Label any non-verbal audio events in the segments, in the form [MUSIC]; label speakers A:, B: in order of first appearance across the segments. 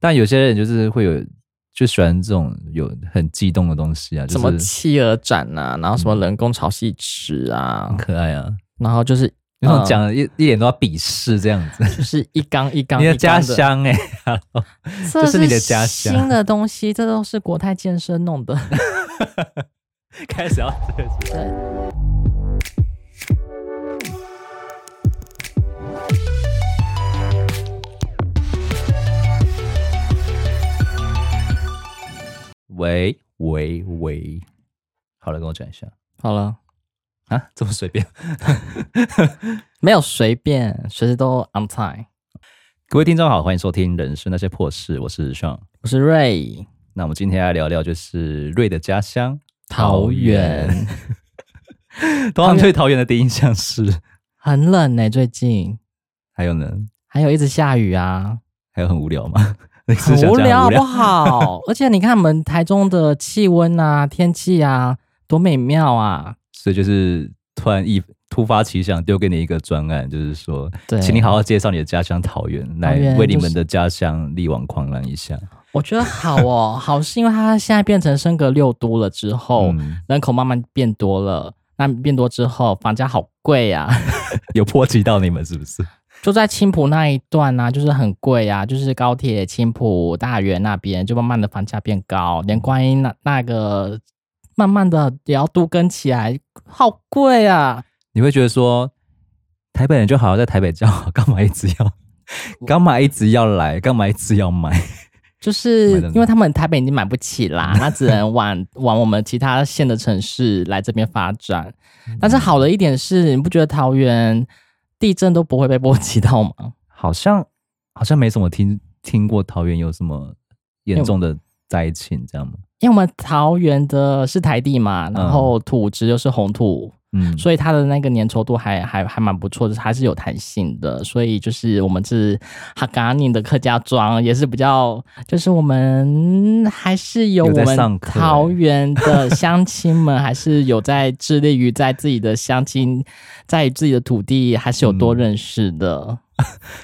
A: 但有些人就是会有就喜欢这种有很激动的东西啊，就
B: 什么
A: 是嗯
B: 企鹅展啊，然后什么人工潮汐池啊
A: 很，可爱啊，
B: 然后就是
A: 那种
B: 呃
A: 讲得一一脸都要鄙视这样子。
B: 就是一缸一缸
A: 你
B: 一
A: 的家
B: 缸的，
A: 乡哎、
B: [LAUGHS] 这
A: 是你的家乡
B: 新的东西，这都是国泰健身弄的。 [LAUGHS]
A: 开始要这个
B: 对
A: 喂喂喂，好了，跟我讲一下
B: 好了，
A: 啊，这么随便。 [LAUGHS]
B: 没有随便，随时都 on time。
A: 各位听众好，欢迎收听《人生那些破事》，我是 Sean。
B: 我是瑞，
A: 那我们今天来聊聊就是瑞的家乡
B: 桃园。
A: [LAUGHS] 通常对桃园的第一印象是，
B: 很冷呢、最近
A: 还有呢，
B: 还有一直下雨啊，
A: 还有很无聊吗？ [LAUGHS] 你是
B: 很
A: 想讲
B: 无聊好
A: 无
B: 不好？ [LAUGHS] 而且你看我们台中的气温啊、天气啊，多美妙啊！
A: 所以就是突然一突发奇想，丢给你一个专案，就是说，
B: 对，
A: 请你好好介绍你的家乡桃园，来
B: 园
A: 为你
B: 就
A: 们
B: 是
A: 的家乡力挽狂澜一下。
B: 我觉得好哦，好是因为它现在变成升格六都了之后，
A: 嗯
B: 人口慢慢变多了。那变多之后，房价好贵呀、
A: 有波及到你们是不是？
B: [LAUGHS] 就在青浦那一段啊，就是很贵啊，就是高铁青浦大园那边，就慢慢的房价变高，连观音那那个慢慢的也要都跟起来，好贵啊！
A: 你会觉得说，台北人就好好在台北叫好，干嘛一直要，干嘛一直要来，干嘛一直要买？
B: 就是
A: 买得
B: 因为他们台北已经买不起啦，那只能往往我们其他县的城市来这边发展。但是好的一点是，你不觉得桃园地震都不会被波及到吗？
A: 好像好像没什么听听过桃园有什么严重的灾情，这样吗？
B: 因为我们桃园的是台地嘛，然后土质又是红土，
A: 嗯，
B: 所以它的那个粘稠度还还还蛮不错的，还是有弹性的。所以就是我们是哈嘎宁的客家庄，也是比较，就是我们还是有
A: 有在
B: 我
A: 上
B: 们
A: 课欸
B: 桃园的乡亲们，还是有在致力于在自己的乡亲，在自己的土地，还是有多
A: 嗯
B: 认识的。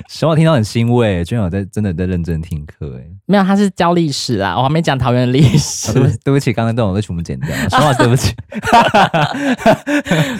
A: 小宝听到很欣慰，居然有在真的有在认真听课，哎，
B: 没有，他是教历史啦，我还没讲桃园历
A: 啊
B: 史。
A: 对不起，对不起，刚刚那段我都全部剪掉 [LAUGHS] 了，小宝对不起，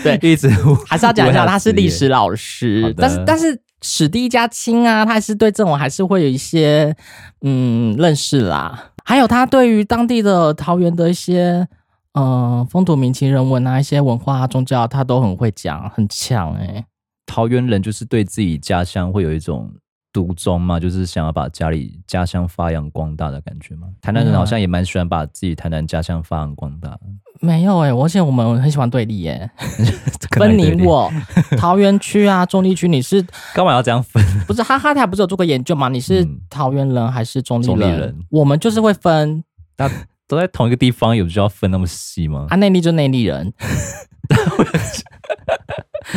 B: 对，
A: [LAUGHS] 一直误
B: 还是要讲一下，
A: 误会
B: 他是
A: 的职业
B: 历史老
A: 好
B: 师
A: 的，
B: 但是但是史第一家亲啊，他还是对这种还是会有一些嗯认识啦。还有他对于当地的桃园的一些呃风土民情、人文啊、一些文化、啊、宗教啊，他都很会讲，很强哎、
A: 桃园人就是对自己家乡会有一种独钟嘛，就是想要把家里家乡发扬光大的感觉嘛。台南人好像也蛮喜欢把自己台南家乡发扬光大，
B: 没有哎、而且我们很喜欢对立耶、
A: [LAUGHS] 可能
B: 分
A: 有点
B: 你
A: [LAUGHS]
B: 我桃园区啊、中立区，你是
A: 干嘛要这样分？
B: 不是哈哈台不是有做过研究吗？你是
A: 嗯
B: 桃园人还是中立
A: 中
B: 人？
A: 立人
B: 我们就是会分，
A: 都在同一个地方，有需要分那么细吗？
B: 啊，内力就内
A: [LAUGHS]
B: 力人。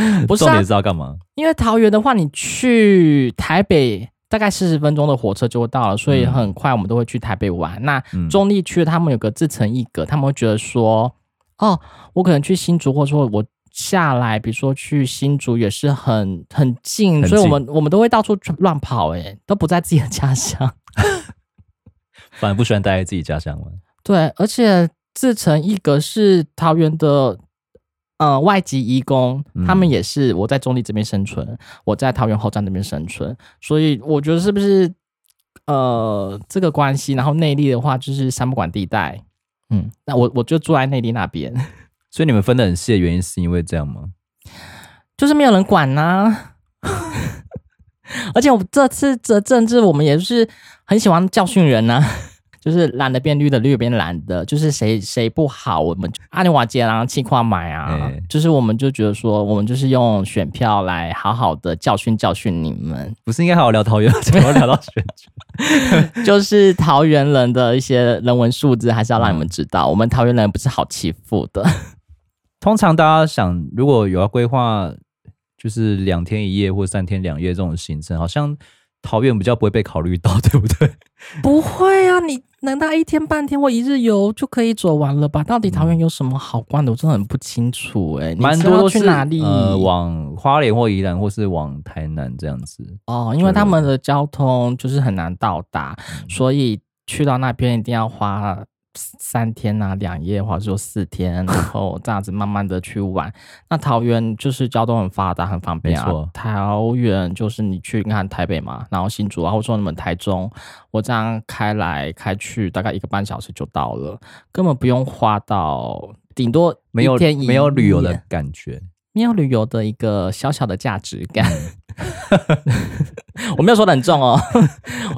B: [LAUGHS] 不是
A: 重
B: 啊
A: 点，是要干嘛？
B: 因为桃园的话，你去台北大概四十分钟的火车就会到了，所以
A: 嗯
B: 很快我们都会去台北玩。那
A: 嗯
B: 中立区他们有个自成一格，他们会觉得说，哦，我可能去新竹，或者说我下来，比如说去新竹也是很很近，
A: 很
B: 所以我
A: 近
B: 们我们都会到处乱跑、欸，都不在自己的家乡。
A: 反而不喜欢待在自己家乡吗？
B: 对，而且自成一格是桃园的，呃，外籍移工，他们
A: 嗯
B: 也是我在中立这边生存，我在桃园后站这边生存，所以我觉得是不是呃这个关系，然后内地的话就是三不管地带，嗯，那我我就住在内地那边，
A: 所以你们分得很细的原因是因为这样吗？
B: 就是没有人管呐、 [LAUGHS] 而且我这次的政治，我们也是很喜欢教训人呐、就是蓝的变绿的，绿的变蓝的，就是谁谁不好，我们就阿里瓦杰然后气矿买啊，
A: 哎
B: 就是我们就觉得说，我们就是用选票来好好的教训教训你们，
A: 不是应该好好聊桃园，怎么聊到选举？
B: 就是桃园人的一些人文素质，还是要让你们知道，我们桃园人不是好欺负的。
A: [LAUGHS] 通常大家想，如果有要规划，就是 [LAUGHS] 两天一夜或三天两夜这种行程，好像桃园比较不会被考虑到，对不对？
B: [LAUGHS] 不会啊，你难道一天半天或一日游就可以走完了吧？到底桃园有什么好逛的？我真的很不清楚哎、
A: 嗯
B: 你
A: 蛮
B: 知
A: 多
B: 道
A: 都
B: 去
A: 是
B: 哪里？
A: 呃，往花莲或宜兰，或是往台南这样子。
B: 哦，因为他们的交通就是很难到达，
A: 嗯
B: 所以去到那边一定要花三天啊、两夜，或者说四天，然后这样子慢慢的去玩。那桃园就是交通很发达，很方便
A: 没
B: 啊
A: 错。
B: 桃园就是你去你看台北嘛，然后新竹啊，或者说你们台中，我这样开来开去，大概一个半小时就到了，根本不用花到。顶多
A: 没有
B: 一天一
A: 没有旅游
B: 夜
A: 的感觉，
B: 没有旅游的一个小小的价值感。 [LAUGHS] 我没有说的很重哦，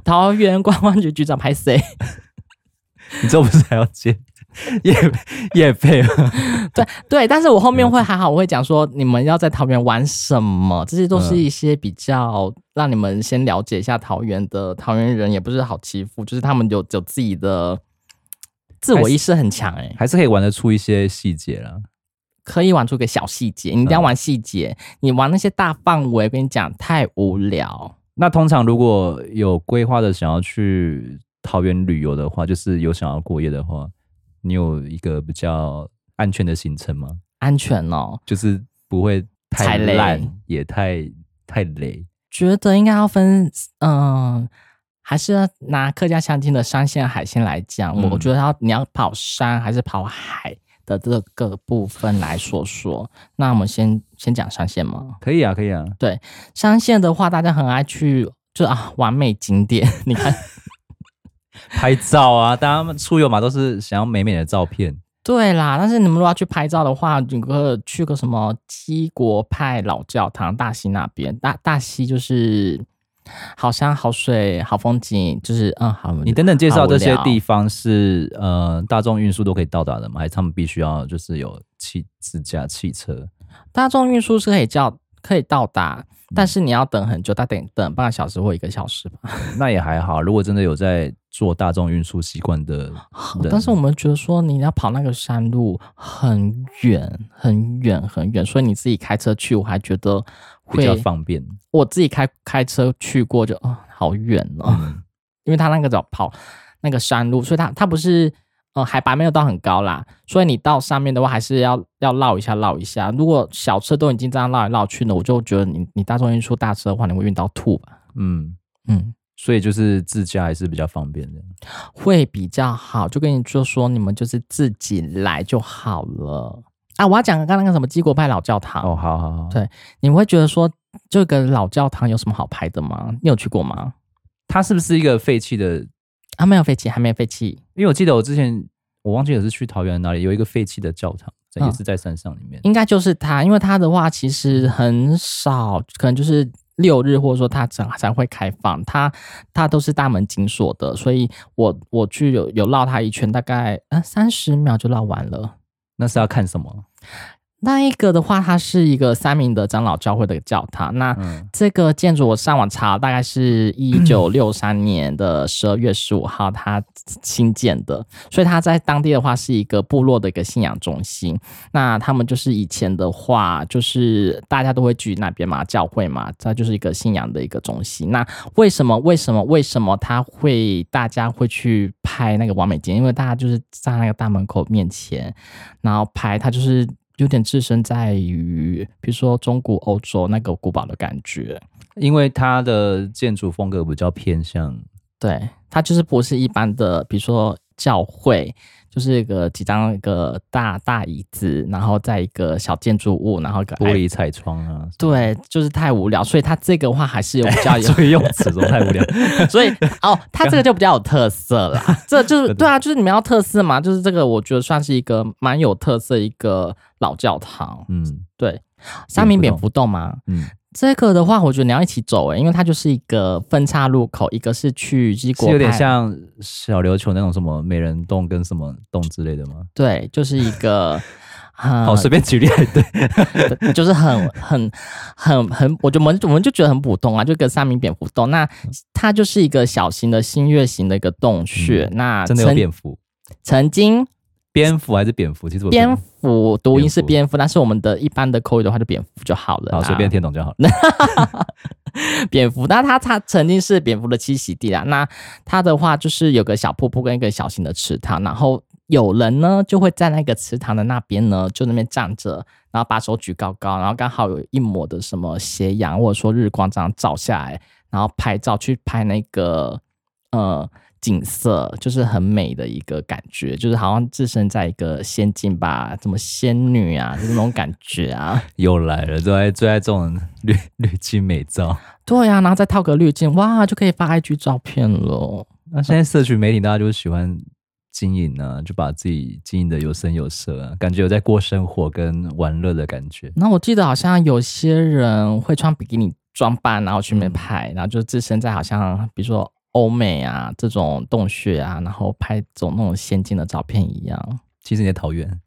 B: 桃园观光局局长拍谁？
A: 你这不是还要接夜夜配吗？
B: 对，但是我后面会还好，我会讲说你们要在桃园玩什么，这些都是
A: 嗯
B: 一些比较让你们先了解一下桃园的桃园人，也不是好欺负，就是他们有有自己的自我意识很强哎、
A: [LAUGHS] 还是可以玩得出一些细节啦。
B: 可以玩出个小细节，你一定要玩细节，你玩那些大范围，跟你讲太无聊。
A: 那通常如果有规划的想要去桃园旅游的话，就是有想要过夜的话，你有一个比较安全的行程吗？
B: 安全哦，
A: 就是不会
B: 踩
A: 太
B: 雷
A: 烂，也太太累。
B: 觉得应该要分，嗯，还是要拿客家乡亲的山线海线来讲，
A: 嗯
B: 我、我觉得要你要跑山还是跑海的这个部分来说说。那我们先先讲山线嘛，
A: 可以啊，可以啊。
B: 山线的话，大家很爱去。就啊，完美景点， [LAUGHS] 你看，
A: 拍照啊，大家出游嘛都是想要美美的照片。
B: 对啦。但是你们如果要去拍照的话，你个去个什么七国派老教堂、大溪那边，大大溪就是好山好水好风景，就是嗯好。
A: 你等等介
B: 好
A: 绍
B: 无
A: 这些
B: 聊
A: 地方是呃大众运输都可以到达的吗？还是他们必须要就是有汽自驾汽车？
B: 大众运输是可以叫可以到达，
A: 嗯
B: 但是你要等很久，大概等等半个小时或一个小时吧。
A: 那也还好。如果真的有在做大众运输习惯的，对
B: 但是我们觉得说你要跑那个山路很远很远很远，所以你自己开车去，我还觉得
A: 比
B: 会
A: 较方便。
B: 我自己开开车去过就，哦好远哦，
A: 嗯
B: [LAUGHS] 因为他那个走跑那个山路，所以它它不是呃海拔没有到很高啦，所以你到上面的话还是要要绕一下绕一下。如果小车都已经这样绕来绕去呢，我就觉得你你大众运输大车的话，你会晕到吐吧？
A: 嗯，
B: 嗯，
A: 所以就是自驾还是比较方便的。
B: 会比较好。就跟你就说，你们就是自己来就好了。啊，我要讲刚刚那个什么基国派老教堂，
A: 哦，好好好，
B: 对你们会觉得说这个老教堂有什么好拍的吗？你有去过吗？
A: 它是不是一个废弃的？
B: 啊，没有废弃，还没有废弃，
A: 因为我记得我之前我忘记我是去桃园哪里有一个废弃的教堂，在
B: 嗯
A: 也是在山上里面。
B: 应该就是它，因为它的话其实很少，可能就是六日或者说它整才会开放，它它都是大门紧锁的，所以我我去有有绕它一圈，大概呃三十秒就绕完了。
A: 那是要看什么？
B: 那一个的话，它是一个三明德长老教会的教堂。那
A: 嗯
B: 这个建筑我上网查，大概是一九六三年的十二月十五号它新建的，所以它在当地的话是一个部落的一个信仰中心。那他们就是以前的话，就是大家都会去那边嘛，教会嘛，它就是一个信仰的一个中心。那为什么为什么为什么他会大家会去拍那个完美景？因为大家就是在那个大门口面前，然后拍，它就是有点置身在于，比如说中古欧洲那个古堡的感觉。
A: 因为它的建筑风格比较偏向，
B: 对，它就是不是一般的，比如说教会，就是一个几张一个大大椅子，然后在一个小建筑物，然后一个
A: 玻。璃彩窗啊，
B: 对，就是太无聊，所以它这个话还是有比
A: [LAUGHS]
B: 较有
A: 哎所以用词都太无聊。
B: 所以哦，它这个就比较有特色啦。
A: [LAUGHS]
B: 这就是对啊，就是你们要特色嘛，就是这个我觉得算是一个蛮有特色一个老教堂。
A: [LAUGHS] 嗯
B: 对，三明
A: 蝙
B: 蝙
A: 蝠
B: 蝠洞嘛，
A: 嗯，
B: 这个的话，我觉得你要一起走诶、欸因为它就是一个分岔路口，一个是去基
A: 是
B: 国
A: 有点
B: 派
A: 像小琉球那种什么美人洞跟什么洞之类的吗？
B: 对，就是一
A: [LAUGHS]
B: 个。嗯
A: 好，随便举例 [LAUGHS] 还对。
B: 就是很很很很，我就我们我们就觉得很普通啊，就跟三明蝙蝠洞，那它就是一个小型的新月形的一个洞穴，那
A: 嗯真的有
B: 曾
A: 蝙蝠，
B: 曾经
A: 蝙蝠还是蝙蝠？其实我
B: 蝙
A: 蝠
B: 蝠，读音是
A: 蝙
B: 蝙蝠，但是我们的一般的口语的话就蝙蝠就好了啦。
A: 好，随便听懂就好了。
B: 蝙蝠，那它它曾经是蝙蝠的栖息地啦。那它的话就是有个小瀑布跟一个小型的池塘，然后有人呢就会在那个池塘的那边呢，就那边站着，然后把手举高高，然后刚好有一抹的什么斜阳或者说日光这样照下来，然后拍照去拍那个呃景色，就是很美的一个感觉，就是好像置身在一个仙境吧，什么仙女啊，就是那种感觉啊。
A: 又来了，最爱最爱这种 [LAUGHS] 滤滤镜美照。
B: [LAUGHS] 对呀、然后再套个滤镜，哇，就可以发 IG 照片了。
A: 那现在社群媒体大家就是喜欢经营啊，就把自己经营的有声有色啊，感觉有在过生活跟玩乐的感觉。
B: 那我记得好像有些人会穿比基尼装扮，然后去那边拍，然后就置身在好像比如说欧美啊这种洞穴啊，然后拍这种那种仙境的照片一样。
A: 其实你在桃园，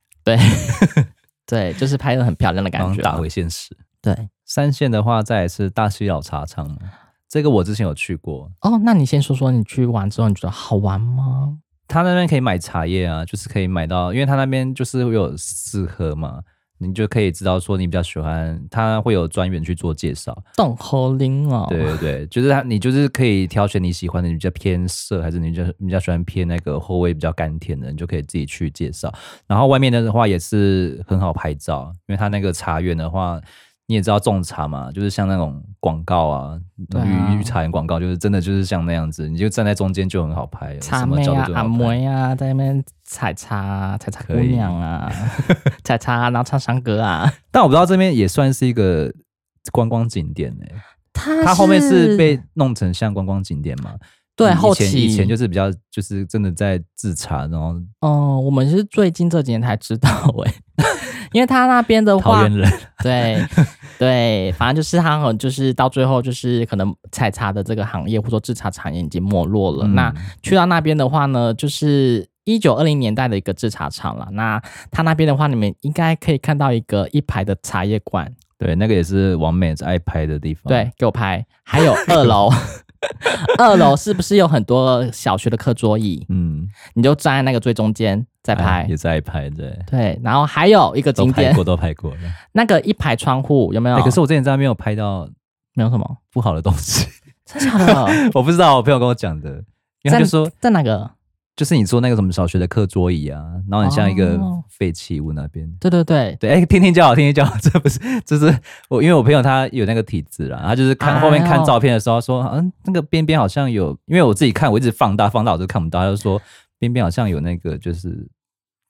B: 对，就是拍的很漂亮的
A: 刚
B: 感觉。啊
A: 打回现实。
B: 对，
A: 三线的话，再来是大溪老茶厂嘛，这个我之前有去过，
B: 哦，那你先说说你去玩之后你觉得好玩吗？
A: 他那边可以买茶叶啊，就是可以买到，因为他那边就是会有试喝嘛，你就可以知道说你比较喜欢，他会有专员去做介绍。
B: 洞口林哦，
A: 对对对，就是他，你就是可以挑选你喜欢的，你比较偏涩，还是你比较你比较喜欢偏那个后味比较甘甜的，你就可以自己去介绍。然后外面的话也是很好拍照，因为它那个茶园的话，你也知道种茶嘛，就是像那种广告啊，
B: 对啊
A: 绿绿茶园广告，就是真的就是像那样子，你就站在中间就很好拍，
B: 茶
A: 什么
B: 妹
A: 角
B: 啊
A: 度都，
B: 阿
A: 很好拍。
B: 妹啊，在那边采茶啊，采茶姑
A: 可以
B: 娘啊， [LAUGHS] 采茶啊，然后唱山歌啊。
A: 但我不知道这边也算是一个观光景点哎、
B: 它
A: 它后面是被弄成像观光景点嘛？
B: 对
A: 嗯以
B: 后
A: 前
B: 期
A: 以前就是比较就是真的在制茶，然后
B: 哦，我们是最近这几年才知道哎、 [LAUGHS] 因为他那边的
A: 桃
B: 话
A: 园，人 [LAUGHS]
B: 对对，反正就是他很就是到最后就是可能采茶的这个行业或者说制茶产业已经没落了。
A: 嗯
B: 那去到那边的话呢，就是一九二零年代的一个制茶厂了。那他那边的话，你们应该可以看到一个一排的茶叶馆，
A: 对那个也是王美爱拍的地方。
B: 对，，给我拍，还有二楼。 [LAUGHS] 二楼是不是有很多小学的课桌椅？
A: 嗯，
B: 你就站在那个最中间再
A: 哎
B: 拍
A: 也，是爱拍，对，
B: 对，然后还有一个
A: 都
B: 景
A: 拍
B: 点，
A: 过都拍过了。
B: [LAUGHS] 那个一排窗户有没有？
A: 哎可是我之前在那边有拍到
B: 没有什么，
A: 不好的东西， [LAUGHS]
B: 真假 [LAUGHS] 的？
A: 我不知道我朋友跟我讲的，因为他
B: 在
A: 就说
B: 在哪个？
A: 就是你坐那个什么小学的课桌椅啊，然后很像一个
B: 哦
A: 废弃物那边。
B: 对对对，
A: 对，哎、天天叫好，天天叫好， [LAUGHS] 这不是，这是我，因为我朋友他有那个体质啦，他就是看
B: 哎呦
A: 后面看照片的时候说，嗯，那个边边好像有，因为我自己看，我一直放大放大，我就看不到，他就说边边好像有那个就是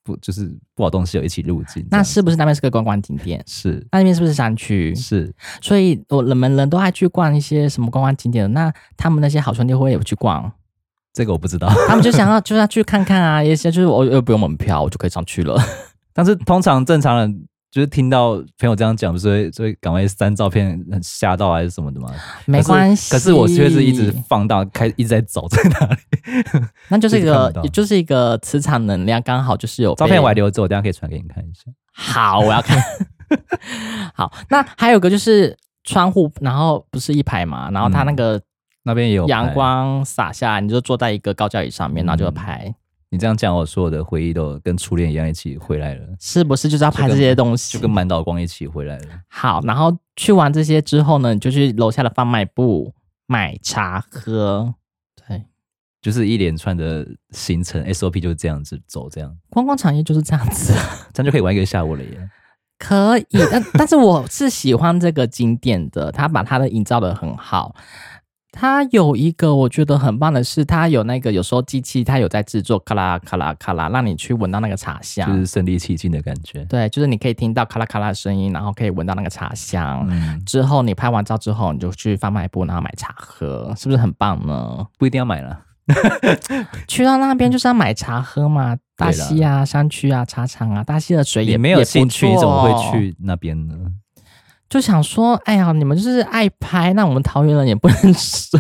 A: 不就是不好东西有一起入境，
B: 那是不是那边是个观光景点？
A: 是
B: 那那边是不是山区？
A: 是，
B: 所以我人们人都爱去逛一些什么观光景点的。那他们那些好兄弟会不会也去 [LAUGHS] 逛，
A: 这个我不知道， [LAUGHS]
B: 他们就想要就是要去看看啊，一些就是我又不用门票，我就可以上去了。
A: 但是通常正常人。就是听到朋友这样讲，不是会就会赶快删照片，很吓到还是什么的吗？
B: [LAUGHS] 没关系，
A: 可是我确实一直，放大，开一直在走在那里。 [LAUGHS]
B: 那就是一
A: 一直看
B: 个
A: 不到
B: 也就是一个磁场能量刚好就是有
A: 照片
B: 被
A: 我还留着，我等一下可以传给你看一下。
B: 好，我要看。 [LAUGHS] 好，那还有个就是窗户，然后不是一排嘛，然后它那个
A: 那边也有
B: 阳
A: 拍
B: 光洒下来，你就坐在一个高脚椅上面，
A: 嗯
B: 然后就拍，
A: 你这样讲，我所有的回忆都跟初恋一样一起回来了，
B: 是不是就是要拍这些东西
A: 就？跟满岛光一起回来了。
B: 好，然后去完这些之后呢，你就去楼下的贩卖部买茶喝。对，
A: 就是一连串的行程 SOP 就是这样子走，这样
B: 观光产业就是这样子。
A: 这样就可以玩一个下午了耶。
B: 可以，但但是我是喜欢这个景点的，他把它的营造的很好。它有一个我觉得很棒的是，它有那个有时候机器它有在制作咔啦咔啦咔啦，让你去闻到那个茶香。
A: 就是身临其境的感觉。
B: 啊对，就是你可以听到咔啦咔啦的声音，然后可以闻到那个茶香。
A: 嗯，
B: 之后你拍完照之后，你就去贩卖部，然后买茶喝，是不是很棒呢？
A: 不一定要买了，
B: 去到那边就是要买茶喝嘛，大
A: 对啦
B: 溪啊、山区啊、茶厂啊，大溪的水也
A: 也没有
B: 也不
A: 兴趣，你怎么
B: 错
A: 会去那边呢？
B: 就想说，哎呀，你们就是爱拍，那我们桃园人也不能 [LAUGHS] 输。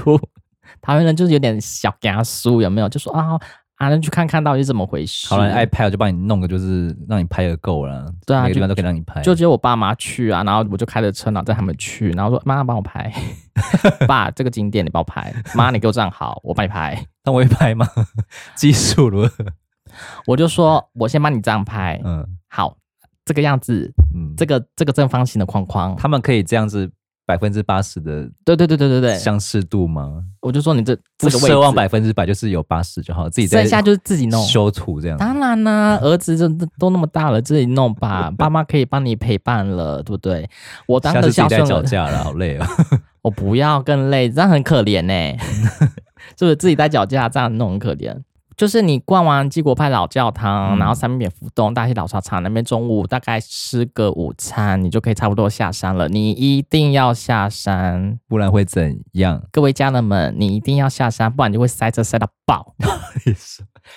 B: 桃园人就是有点小给输，有没有？就说啊啊，那去看看到底是怎么回事。
A: 好了，你爱拍我就帮你弄个，就是让你拍个够了。
B: 对啊
A: 每个地方都可以让你拍。
B: 就只有我爸妈去啊，然后我就开着车，然后带他们去，然后说妈帮我拍， [LAUGHS] 爸这个景点你帮我拍，妈你给我站好，我帮你拍。
A: 那我会拍吗？ [LAUGHS] 技术如何？
B: 我就说我先帮你这样拍，
A: 嗯，
B: 好，这个样子，
A: 嗯，
B: 这个这个正方形的框框。
A: 他们可以这样子百分之八十的
B: 对对对对对对，
A: 相似度吗？
B: 我就说你这
A: 不
B: 这个位置
A: 奢望百分之百，就是有八十就好，自己在
B: 剩下就是自己弄。
A: 修图这样。
B: 当然啦、儿子这都那么大了，自己弄吧，
A: [LAUGHS]
B: 爸妈可以帮你陪伴了，对不对？我当
A: 下
B: 个
A: 次自
B: 孝
A: 己在
B: 顺
A: 吵
B: 儿，
A: 架了，好累哦。
B: [LAUGHS]
A: [LAUGHS]
B: 我不要更累，这样很可怜呢、 [LAUGHS] 是不是自己在脚架这样弄很可怜？就是你逛完纪国派老教堂，
A: 嗯
B: 然后三面浮动大溪老茶厂那边中午大概吃个午餐，你就可以差不多下山了。你一定要下山，
A: 不然会怎样？
B: 各位家人们，你一定要下山，不然你就会塞车塞到爆。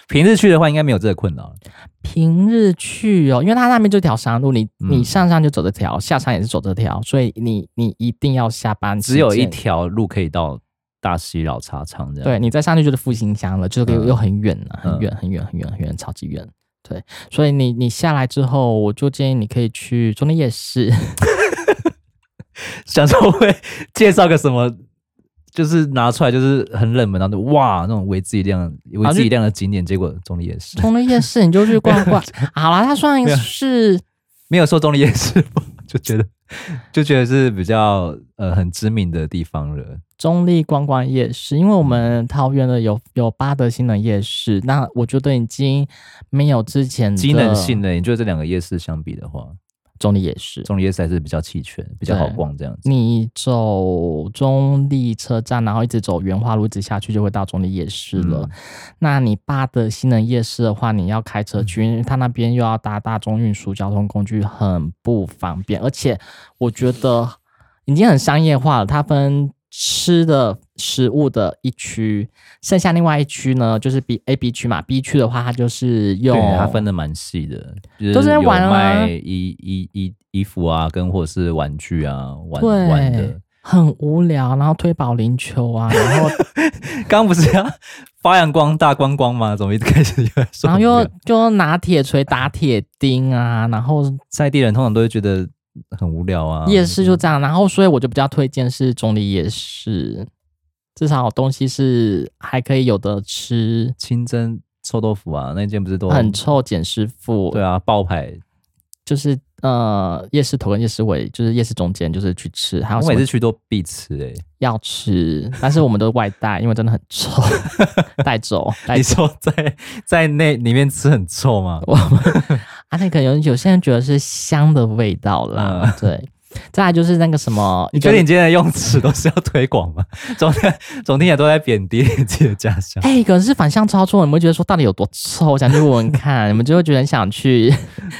A: 平日去的话，应该没有这个困扰。
B: 平日去哦，因为它那边就一条山路，你
A: 嗯
B: 你上山就走这条，下山也是走这条，所以你你一定要下班时
A: 只
B: 间
A: 有一。条路可以到大溪老茶厂这样。
B: 对，你再上去就是复兴乡了，就是又
A: 嗯
B: 又很远了、
A: 嗯
B: 很远很远很远很远，超级远。对，所以你你下来之后，我就建议你可以去中立
A: [LAUGHS]
B: 夜市，
A: 想说会介绍个什么，就是拿出来就是很冷门，然后就哇那种为自己量为自己量的景点，结果中立夜市
B: 中立夜市你就去逛
A: [LAUGHS]
B: 逛。好啦，它算
A: 没有
B: 是
A: [LAUGHS] 没有说中立夜市吧，就觉得 [LAUGHS] 就觉得是比较呃很知名的地方了。
B: 中立观光夜市，因为我们桃园的有有八德新的夜市，那我觉得已经没有之前的
A: 机能性的，你觉得这两个夜市相比的话，
B: 中立夜市。
A: 中立夜市还是比较齐全，比较好逛这样子。
B: 你走中立车站，然后一直走原化路，一直下去就会到中立夜市了。
A: 嗯
B: 那你爸的新能夜市的话，你要开车去，因为他那边又要搭大众运输交通工具，很不方便。而且我觉得已经很商业化了，它分吃的食物的一区，剩下另外一区呢，就是 B A B 区嘛。B 区的话，它就是用
A: 对，它分的蛮细的，就
B: 都是
A: 是
B: 在
A: 有
B: 玩啊
A: 卖衣衣衣衣服啊，跟或者是玩具啊，玩
B: 对
A: 玩的。 [LAUGHS]
B: 很无聊，然后推保龄球啊，然后
A: 刚不是要发扬光大观光吗？怎么一直开始又在说我
B: 然后
A: 们这个？
B: 又就拿铁锤打铁钉啊，然后
A: 在地人通常都会觉得很无聊啊。
B: 夜市就这样，然后所以我就比较推荐是中立夜市，至少东西是还可以有的吃，
A: 清蒸臭豆腐啊，那间不是都
B: 很臭，简师傅
A: 对啊，爆牌。
B: 就是呃夜市头跟夜市尾，就是夜市中间就是去吃，还有
A: 我
B: 什
A: 每
B: 么
A: 次去都必吃哎、
B: 要吃，但是我们都外带，因为真的很
A: [LAUGHS]
B: 臭，带走带
A: 你
B: 走。
A: 说在 [LAUGHS] 在那里面吃很臭吗？
B: 我们啊，那个有有些人觉得是香的味道
A: 嗯
B: 啦，对。再来就是那个什么，
A: 你
B: 一个
A: 觉得你今天的用词都是要推广吗？ [LAUGHS] 总总听起来都在贬低你自己的家乡。
B: 哎、可能是反向操作，你们会觉得说到底有多臭，我想去闻闻 [LAUGHS] 看，你们就会觉得很想 [LAUGHS] 去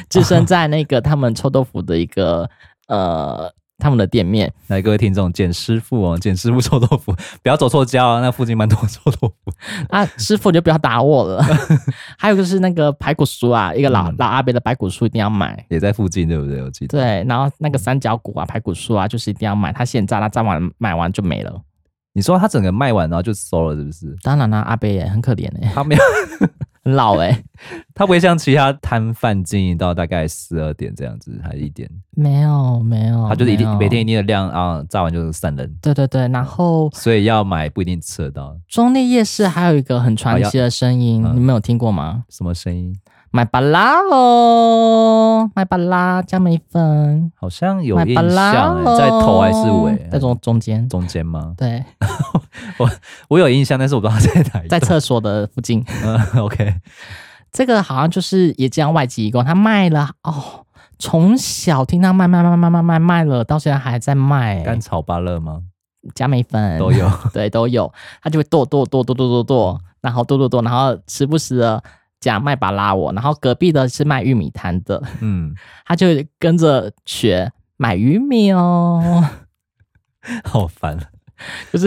B: 置身在那个他们臭豆腐的一个呃他们的店面。
A: 来，各位听众，简师傅哦，简师傅臭豆腐，不要走错家哦，那附近蛮多臭豆腐。
B: [LAUGHS] 啊，师傅你就不要打我了。 [LAUGHS] 还有就是那个排骨酥啊，一个老、
A: 嗯
B: 老阿伯的排骨酥一定要买。
A: 也在附近，对不对？我记得。
B: 对，然后那个三角骨啊、排骨酥啊，就是一定要买，他现炸，他炸完买完就没了。
A: 你说他整个卖完然后就收了，是不是？
B: 当然啦、阿伯也很可怜哎、
A: 他没有，
B: [LAUGHS] 很老哎、
A: 他不会像其他摊贩经营到大概十二点这样子，还一点，
B: [LAUGHS] 没有没有，
A: 他就是一
B: 哦没
A: 定
B: 有
A: 每天一定的量啊，炸完就是散人，
B: 对对对，然后
A: 所以要买不一定吃得到。
B: 中立夜市还有一个很传奇的声音，
A: 哎呀嗯
B: 你们有听过吗？
A: 什么声音？
B: 买巴拉哦，买巴拉加梅粉，
A: 好像有
B: 买
A: 印
B: 巴拉
A: 象、
B: 哦
A: 欸，在头还是尾？啊
B: 在中中间。
A: 中间吗？
B: 对，
A: 我有印象，但是我不知道在哪一
B: 在
A: 段。
B: 厕所的附近， [LAUGHS]
A: 嗯，OK， [LAUGHS]
B: 这个好像就是也这样外籍移工，他卖了哦，从小听他卖卖卖卖卖卖卖了，到现在还在卖
A: 甘草芭乐吗？
B: [LAUGHS] 加梅粉，
A: 都有。
B: [LAUGHS] 对，都有，他就会剁剁剁剁剁剁剁，然后剁剁剁，然后时不时的讲卖巴拉我，然后隔壁的是卖玉米摊的，
A: 嗯，
B: 他就跟着学买玉米哦，
A: [LAUGHS] 好烦。
B: 就是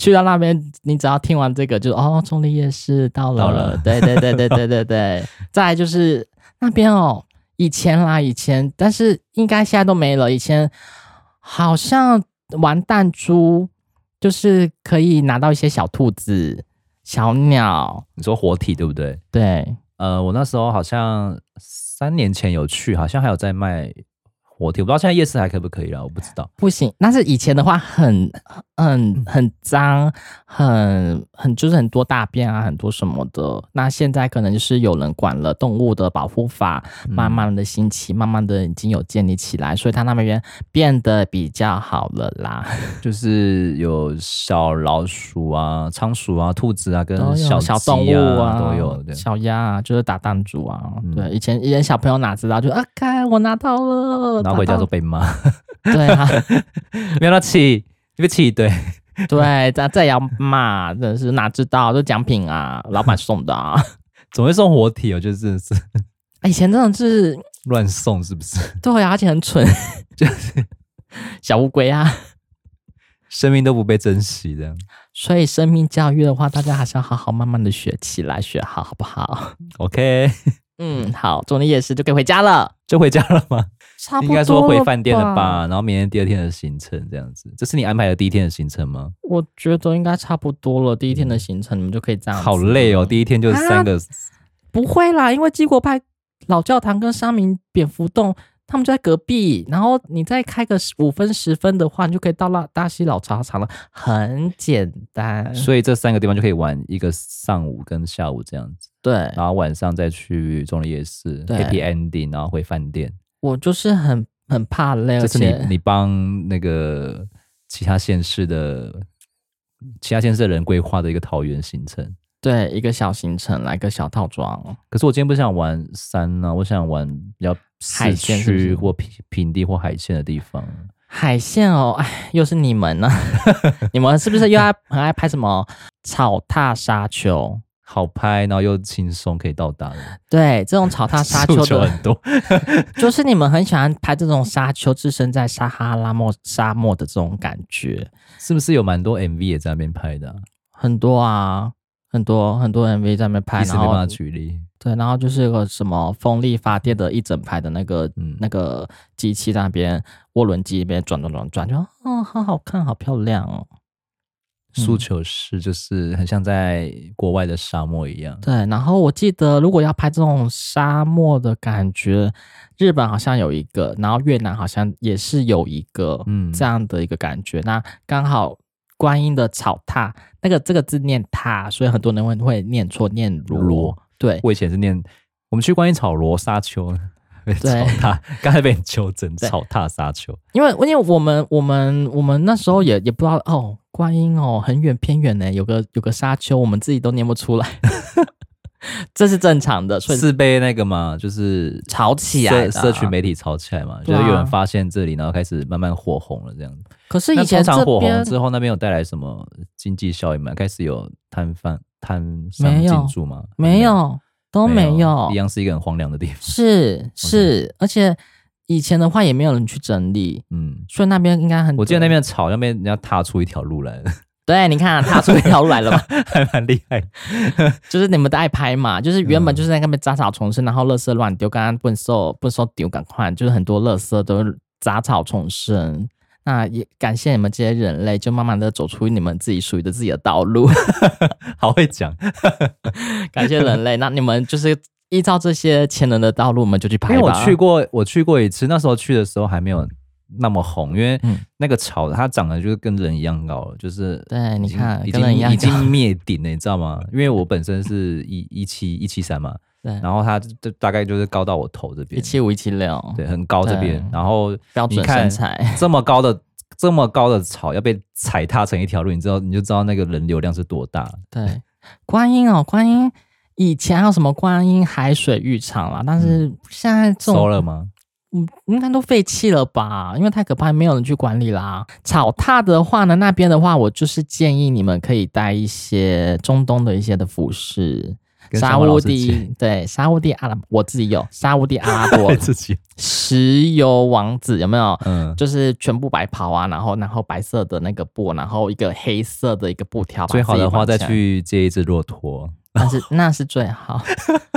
B: 去到那边，你只要听完这个就，哦，中立夜市到了，
A: 到了
B: 对对对对对
A: [LAUGHS]
B: 对对。再来就是那边哦，以前啦，以前，但是应该现在都没了。以前好像玩弹珠，就是可以拿到一些小兔子、小鸟，
A: 你说活体对不对？
B: 对，
A: 呃，我那时候好像三年前有去，好像还有在卖活体，我不知道现在夜市还可不可以了，我不知
B: [LAUGHS]
A: 道。
B: 不行，但是以前的话很
A: 嗯
B: 很很脏，很很就是很多大便啊，很多什么的。那现在可能就是有人管了动物的保护法，慢慢的兴起，慢慢的已经有建立起来，所以它那边变得比较好了啦。
A: 就是有小老鼠啊、仓鼠啊、兔子啊，跟
B: 都有
A: 小
B: 小
A: 小
B: 动物啊，
A: 都有。对，
B: 小鸭啊，就是打弹珠啊。
A: 嗯
B: 对，以前以前小朋友哪知道，就啊，看我拿到了，
A: 然后回家
B: 打
A: 都
B: 到
A: 被骂，
B: [LAUGHS] 对啊，
A: [LAUGHS] 没有到气，被气一堆。
B: 对，再再要骂，真的是哪知道，就奖品啊，老板送的啊。
A: 总会送活体，啊我觉得真的是
B: 以前真的是
A: 乱送，是不是？ [LAUGHS]
B: 对啊，而且很蠢， [LAUGHS] 就是小乌龟啊。
A: 生命都不被珍惜这样。
B: 所以生命教育的话，大家还是要好好慢慢的学起来，学好好不好？
A: OK，
B: 嗯，好，中了夜市就可以回家了，
A: 就回家了吗？
B: 差不
A: 应
B: 多
A: 该说回饭店了
B: 了？
A: 吧，然后明天第二天的行程这样子，这是你安排的第一天的行程吗？
B: 我觉得应该差不多了，第一天的行程你们就可以这样。
A: 嗯好累
B: 啊
A: 哦，，第一天就三个，
B: 不会啦，因为基国派老教堂跟沙明蝙蝠洞。他们就在隔壁，然后你再开个五分十分的话，你就可以到那大溪老茶厂了，很简单。
A: 所以这三个地方就可以玩一个上午跟下午这样子，
B: 对，
A: 然后晚上再去中立夜市
B: 对
A: happy ending，然后回饭店。
B: 我就是很很怕累，
A: 这
B: 而
A: 是你
B: 且
A: 你帮那个其他县市的其他县市的人规划的一个桃园行程。
B: 对一个小行程来个小套装，哦
A: 可是我今天不想玩山呢、啊我想玩比较
B: 海
A: 市
B: 鲜是不是
A: 区或平平地或海鲜的地方。啊
B: 海鲜哦，哎，又是你们呢、 [LAUGHS] 你们是不是又爱很爱拍什么草踏沙丘？
A: 好拍，然后又轻松可以到达
B: [LAUGHS]
A: 的，
B: 对，这种草踏啊沙丘
A: [LAUGHS] 诉求
B: 的，
A: 很多。
B: 就是你们很喜欢拍这种沙丘，置身在撒哈拉漠沙漠的这种感觉，
A: 是不是有蛮多 MV 也在那边拍的、啊？
B: 很多啊，很多很多 MV 在那边拍，
A: 一时
B: 啊然
A: 没办
B: 后
A: 法举例。
B: 对，然后就是有个什么风力发电的一整排的那个、
A: 嗯
B: 那个机器在那边涡轮机那边转转转转，就哦，好好看，好漂亮哦。嗯
A: 诉求是就是很像在国外的沙漠一样，
B: 对，然后我记得如果要拍这种沙漠的感觉，日本好像有一个，然后越南好像也是有一个，
A: 嗯
B: 这样的一个感觉。那刚好观音的草踏，那个这个字念踏，所以很多人会会念错，念罗
A: 罗。
B: 对，
A: 我以前是念，我们去观音草罗沙丘，被 [LAUGHS] 草
B: 对
A: 踏，刚才被你纠正，
B: 对
A: 草踏沙丘。
B: 因为因为我们我们我们那时候也也不知道哦，观音哦，很远偏远呢，有个有个沙丘，我们自己都念不出来， [LAUGHS] 这是正常的，所以
A: 是被那个嘛，就是
B: 吵起来
A: 社
B: 的啊
A: 社群媒体吵起来嘛，就
B: 对啊
A: 是有人发现这里，然后开始慢慢火红了这样子。
B: 可是
A: 那
B: 以
A: 通
B: 前这
A: 常火红
B: 边
A: 之后，那边有带来什么经济效益吗？开始有摊贩摊商
B: 没有
A: 进驻吗？
B: 没有都没有
A: 一，样是一个很荒凉的地方。嗯
B: 是是，而且以前的话也没有人去整理，
A: 嗯，
B: 所以那边应该很多，
A: 我记得那边的草那边人家踏出一条路来了， [LAUGHS]
B: 对，你看啊踏出一条路来了嘛，
A: 还蛮厉害的。
B: 就是你们的爱拍嘛，就是原
A: 嗯
B: 本就是在那边杂草丛生，然后垃圾乱丢，刚刚不能收不能收丢，赶快，就是很多垃圾都是杂草丛生。那也感谢你们这些人类，就慢慢的走出你们自己属于的自己的道路。 [LAUGHS]
A: 好会讲，
B: 感谢
A: [LAUGHS]
B: 人类，那你们就是依照这些前人的道路，我们就去
A: 因
B: 拍
A: 为我
B: 吧。
A: 去过，我去过一次，那时候去的时候还没有那么红，因为
B: 嗯
A: 那个草它长得就是跟人一样高了，就是
B: 对，你
A: 已经
B: 看，
A: 已
B: 跟人
A: 经
B: 一样
A: 已
B: 高，
A: 经灭顶了，你知道吗？因为我本身是一一七一七三嘛，
B: 对，
A: 然后它就大概就是高到我头这
B: 一
A: 边，
B: 七五一七六，
A: 对，很高这边
B: 对，
A: 然后
B: 标准
A: 你看
B: 身材。
A: 这么高的。这么高的草要被踩踏成一条路，你知道你就知道那个人流量是多大了。
B: 对， [LAUGHS] 观音哦，观音以前还有什么观音海水浴场啦，但
A: 嗯
B: 是现在这
A: 收
B: 种
A: 了吗？
B: 嗯，应该都废弃了吧？因为太可怕，没有人去管理啦。草踏的话呢，那边的话，我就是建议你们可以带一些中东的一些的服饰，
A: 跟
B: 沙
A: 小马老
B: 乌
A: 师借
B: 地对沙乌地阿拉伯，我自己有沙乌地阿
A: [LAUGHS]
B: 拉伯
A: 我自己，
B: 石油王子有没有？
A: 嗯，
B: 就是全部白袍啊，然后然后白色的那个布，然后一个黑色的一个布条，把
A: 最好
B: 自己
A: 的话
B: 绑
A: 再
B: 起来，
A: 去借一只骆驼，
B: 但是那是最好
A: [LAUGHS]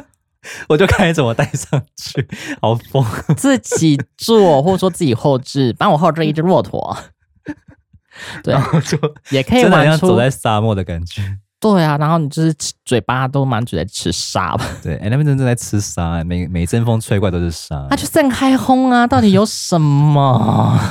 A: 我就看你怎么带上去，好疯。
B: 自己做，或者说自己后置，帮我后置一只骆驼，对，
A: 然后就
B: 也可以
A: 真的好
B: 玩
A: 像
B: 出
A: 走在沙漠的感觉，
B: 对啊，然后你就是吃嘴巴都满嘴在吃沙吧，
A: 对，哎、那边真的在吃沙、哎每每一阵风吹过来都是沙。
B: 他就正开轰 [LAUGHS] 啊，到底有什么？ [LAUGHS]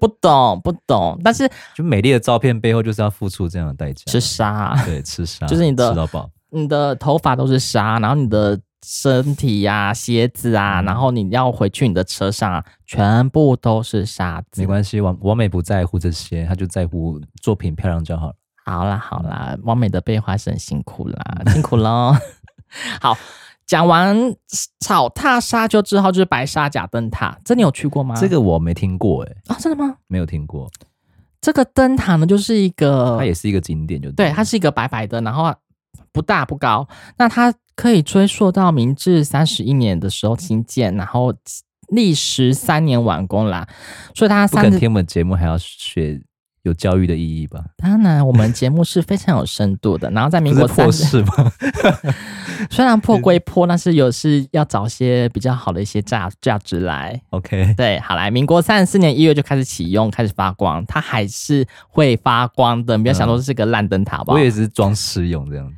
B: 不懂不懂，但是
A: 就美丽的照片背后就是要付出这样的代价。
B: 吃沙啊、
A: 对，吃沙
B: 就是你的
A: 吃到饱。
B: 你的头发都是沙，然后你的身体呀、鞋子啊，然后你要回去你的车上、啊，全部都是沙子。
A: 没关系，王王美不在乎这些，她就在乎作品漂亮就好了。
B: 好啦好啦，完美的背花是很辛苦啦，辛苦 [LAUGHS] 喽。好，讲完草踏沙丘之后就是白沙甲灯塔，这你有去过吗？
A: 这个我没听过、哎，
B: 啊、真的吗？
A: 没有听过。
B: 哦这个灯塔呢，就是一个
A: 它也是一个景点就，
B: 对，它是一个白白的，然后不大不高。那它可以追溯到明治三十一年的时候兴建，然后历时三年完工啦。所以它
A: 不
B: 三
A: 可能
B: 十，
A: 听我们节目还要学有教育的意义吧？
B: 当然我们节目是非常有深度的。然后在民
A: [LAUGHS] 不是
B: 国
A: 破
B: 三十，
A: 事吗？
B: [LAUGHS] 虽然破归
A: [LAUGHS]
B: 破，但是有是要找些比较好的一些价价值来。
A: OK，
B: 对，好来，民国三十四年一月就开始启用，开始发光，它还是会发光的。你不要想说这是个烂灯塔，好不
A: 嗯
B: 好？
A: 我也只是装饰用这样。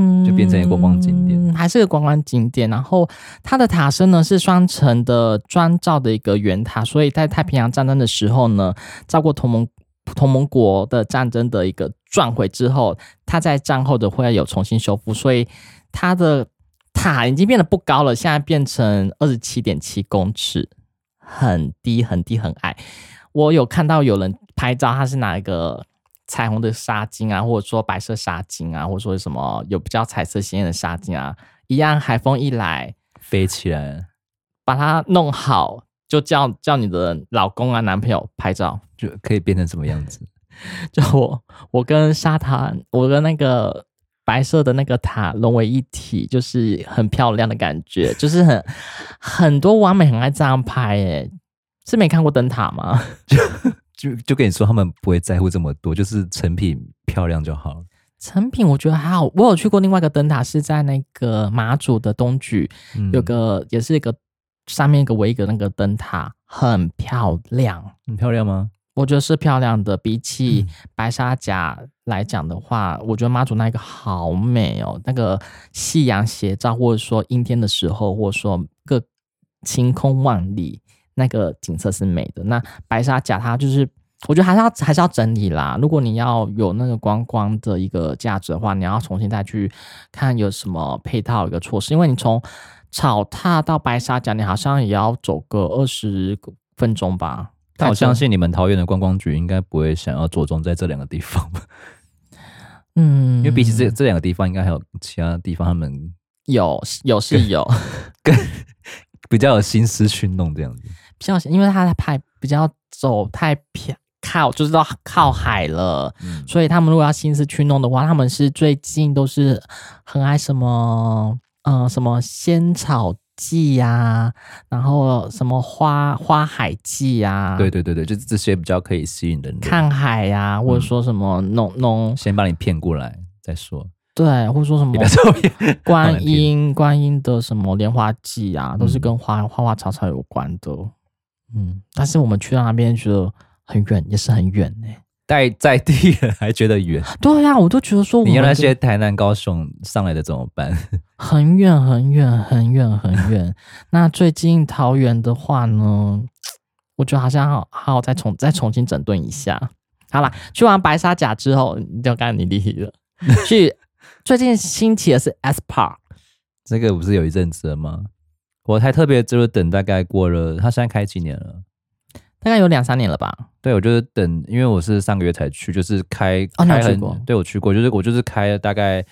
B: 嗯
A: 就变成一个观光景点
B: 还是个观光景点。然后它的塔身呢是双层的砖造的一个圆塔，所以在太平洋战争的时候呢，照顾同盟同盟国的战争的一个转回之后，它在战后的会有重新修复，所以它的塔已经变得不高了，现在变成二十七点七公尺，很低很低很矮。我有看到有人拍照，他是拿一个彩虹的纱巾啊，或者说白色纱巾啊，或者说什么有比较彩色鲜艳的纱巾啊，一样海风一来，
A: 飞起来
B: 把它弄好，就叫叫你的老公啊、男朋友拍照。 [LAUGHS]
A: 就可以变成什么样子？
B: 就我我跟沙滩，我跟那个白色的那个塔融为一体，就是很漂亮的感觉，就是很很多完美很爱这样拍诶、是没看过灯塔吗？
A: 就就跟你说，他们不会在乎这么多，就是成品漂亮就好了。
B: 成品我觉得还好，我有去过另外一个灯塔，是在那个马祖的东莒，
A: 嗯
B: 有个也是一个上面一个围一个那个灯塔，很漂亮，
A: 很漂亮吗？
B: 我觉得是漂亮的。比起白沙甲来讲的话，我觉得妈祖那一个好美哦，那个夕阳斜照，或者说阴天的时候，或者说个晴空万里，那个景色是美的。那白沙甲它就是。我觉得还是要还是要整理啦。如果你要有那个观光的一个价值的话，你要重新再去看有什么配套的一个措施，因为你从草踏到白沙甲，你好像也要走个二十分钟吧。
A: 但我
B: 太久了
A: 相信你们桃园的观光局应该不会想要着重在这两个地方吧，
B: 嗯，
A: 因为比起这这两个地方，应该还有其他地方他们
B: 有是有 [LAUGHS] 是有
A: 比较有心思去弄这样子。
B: 比较，因为它的派比较走太偏靠，就是到靠海了，
A: 嗯，
B: 所以他们如果要亲自去弄的话，他们是最近都是很爱什么呃什么仙草季呀、然后什么花花海季呀、
A: 对，对对对，就是这些比较可以吸引人的。
B: 啊看海呀、或者说什么农农、
A: 先把你骗过来再说， [LAUGHS]
B: 对，或者说什么
A: 你的照片嗯
B: 观音观音的什么莲花季啊，都是跟花花花草草有关的。嗯，但是我们去到那边觉得很远，也是很远呢、
A: 带在地人还觉得远，
B: 对呀、我都觉得 [LAUGHS] 说我
A: 你
B: 们
A: 要那些台南、高雄上来的怎么办？ [LAUGHS]
B: 很远很远很远很远。那最近桃园的话呢，我觉得好像好好再重再重新整顿一下。好啦，去完白沙甲之后，你就刚才你离题
A: [LAUGHS]
B: 了。去最近兴起的是 S Park，
A: 这个不是有一阵子了吗？我还特别就是等大概过了，他现在开几年了？
B: 大概有两三年了吧。
A: 对，我就是等，因为我是上个月才去，就是开
B: 哦你有
A: 开
B: 去
A: 很
B: 过
A: 对我去过，就是我就是开了大概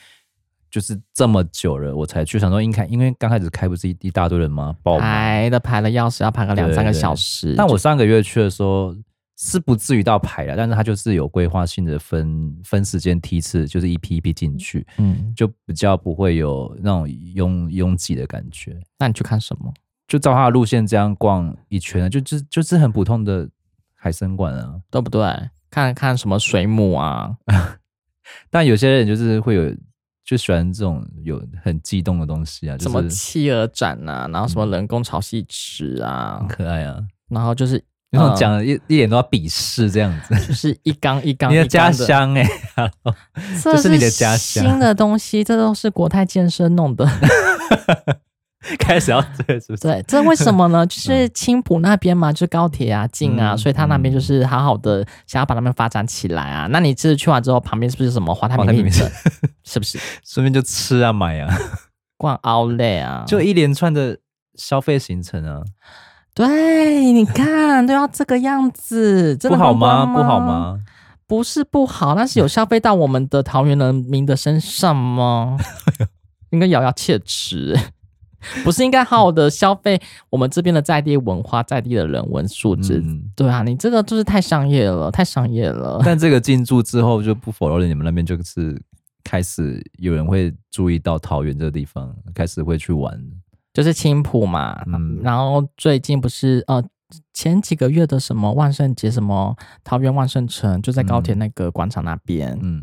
A: 就是这么久了，我才去，想说应该因为刚开始开不是一一大堆人吗？爆满。
B: 排的排了钥匙要排个两三个
A: 对对
B: 小时。
A: 但我上个月去的时候是不至于到排了，但是它就是有规划性的分分时间梯次，就是一批一批进去，
B: 嗯，
A: 就比较不会有那种拥拥挤的感觉。
B: 那你去看什么？
A: 就照他的路线这样逛一圈，啊就就就是很普通的海参馆啊。
B: 对不对？看看什么水母啊？
A: 但有些人就是会有就喜欢这种有很激动的东西啊，
B: 什
A: 就
B: 么
A: 是
B: 企鹅展啊？然后什么人工潮汐池啊 [LAUGHS]
A: 很？可爱啊。
B: 然后就是
A: 那种
B: 嗯
A: 讲得一一脸都要鄙视这样子。
B: 就是一缸一 [LAUGHS] 缸
A: 你
B: 一
A: 的
B: 缸
A: 家乡 [LAUGHS] 哎、
B: 这
A: 这是你的家乡
B: 新的东西，这都是国泰健身弄 [LAUGHS] 的。
A: 开始要对是不是？
B: 对，这为什么呢？就是青浦那边嘛，就是高铁啊近啊，
A: 嗯
B: 所以他那边就是好好的想要把他们发展起来啊。那你这次去完之后，旁边是不是什么华泰
A: 华泰
B: 名
A: 名
B: 城？是不是
A: 顺便就吃啊买啊，
B: 逛 Outlet 啊？
A: 就一连串的消费行程啊，
B: 对，你看都要这个样子，真
A: 不
B: 的啊
A: 好
B: 观
A: 吗？
B: 光
A: 不好？吗？
B: 不是不好，但是有消费到我们的桃园人民的身上吗？ [LAUGHS] 应该咬牙切齿， [LAUGHS] 不是应该好好的消费我们这边的在地文化、在地的人文素质？ [LAUGHS]
A: 嗯，
B: 对啊，你这个就是太商业了，太商业了。
A: 但这个进驻之后，就不否认你们那边就是开始有人会注意到桃园这个地方，开始会去玩。
B: 就是青浦嘛，
A: 嗯
B: 然后最近不是呃前几个月的什么万圣节什么桃园万圣城，就在高铁那个广场那边、
A: 嗯，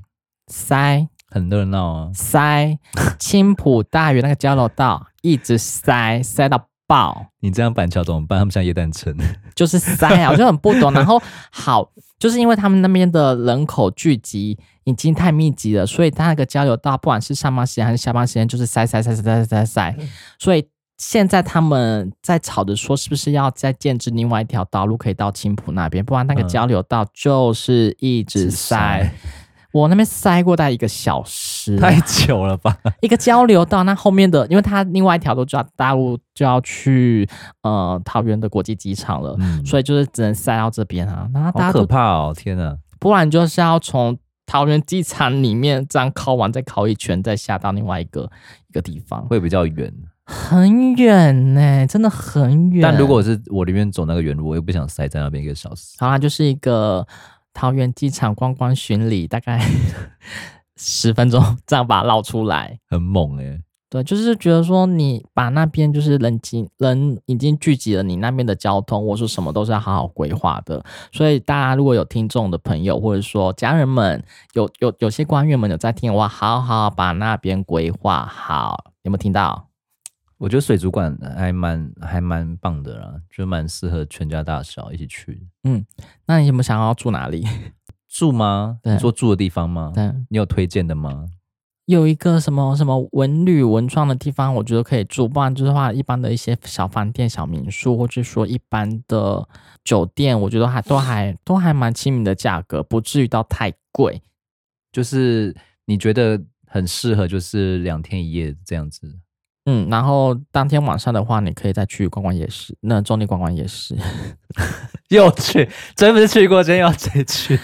B: 塞
A: 很热闹啊。
B: 塞青浦大园那个交流道一直塞塞到爆，
A: 你这样板桥怎么办？他们像叶丹城，
B: 就是塞啊，我就很不懂。然后好，就是因为他们那边的人口聚集已经太密集了，所以他那个交流道不管是上班时间还是下班时间，就是塞塞塞塞塞塞塞。所以现在他们在吵着说，是不是要再建制另外一条道路可以到青浦那边，不然那个
A: 嗯
B: 交流道就是一直塞。我那边塞过大概一个小
A: [LAUGHS] [LAUGHS]
B: 时，
A: 太久了吧？
B: 一个交流道，那后面的，因为它另外一条路就要大陆就要去呃桃园的国际机场了，
A: 嗯，
B: 哦所以就是只能塞到这边啊。然后大
A: 好
B: 家
A: 可
B: 都，
A: 怕哦！天哪，
B: 不然就是要从桃园机场里面这样靠完，再靠一圈，再下到另外一个一个地方，
A: 会比较远。
B: 很远呢、真的很远。
A: 但如果是我宁愿走那个远路，我又不想塞在那边一个小时。
B: 好啦，就是一个桃园机场观光巡礼，大概 [LAUGHS] 十分钟这样把它绕出来。
A: 很猛哎、
B: 对，就是觉得说你把那边就是人集人已经聚集了，你那边的交通，我说什么都是要好好规划的。所以大家如果有听众的朋友，或者说家人们，有有有些官员们有在听的话，好好把那边规划好，有没有听到？
A: 我觉得水族馆还蛮还蛮棒的啦，就蛮适合全家大小一起去的。
B: 那你有没有想要住哪里？ [LAUGHS]
A: 住吗？
B: 对
A: 你说住的地方吗？
B: 对，
A: 你有推荐的吗？
B: 有一个什么什么文旅文创的地方，我觉得可以住，不然就是话一般的一些小饭店、小民宿，或者说一般的酒店，我觉得还都还都还蛮亲民的价格，不至于到太贵。
A: 就是你觉得很适合，就是两天一夜这样
B: [LAUGHS]
A: 子。
B: 嗯，然后当天晚上的话，你可以再去逛逛夜市，那中立逛逛夜市， [LAUGHS]
A: 又去，真不是去过，真要再去。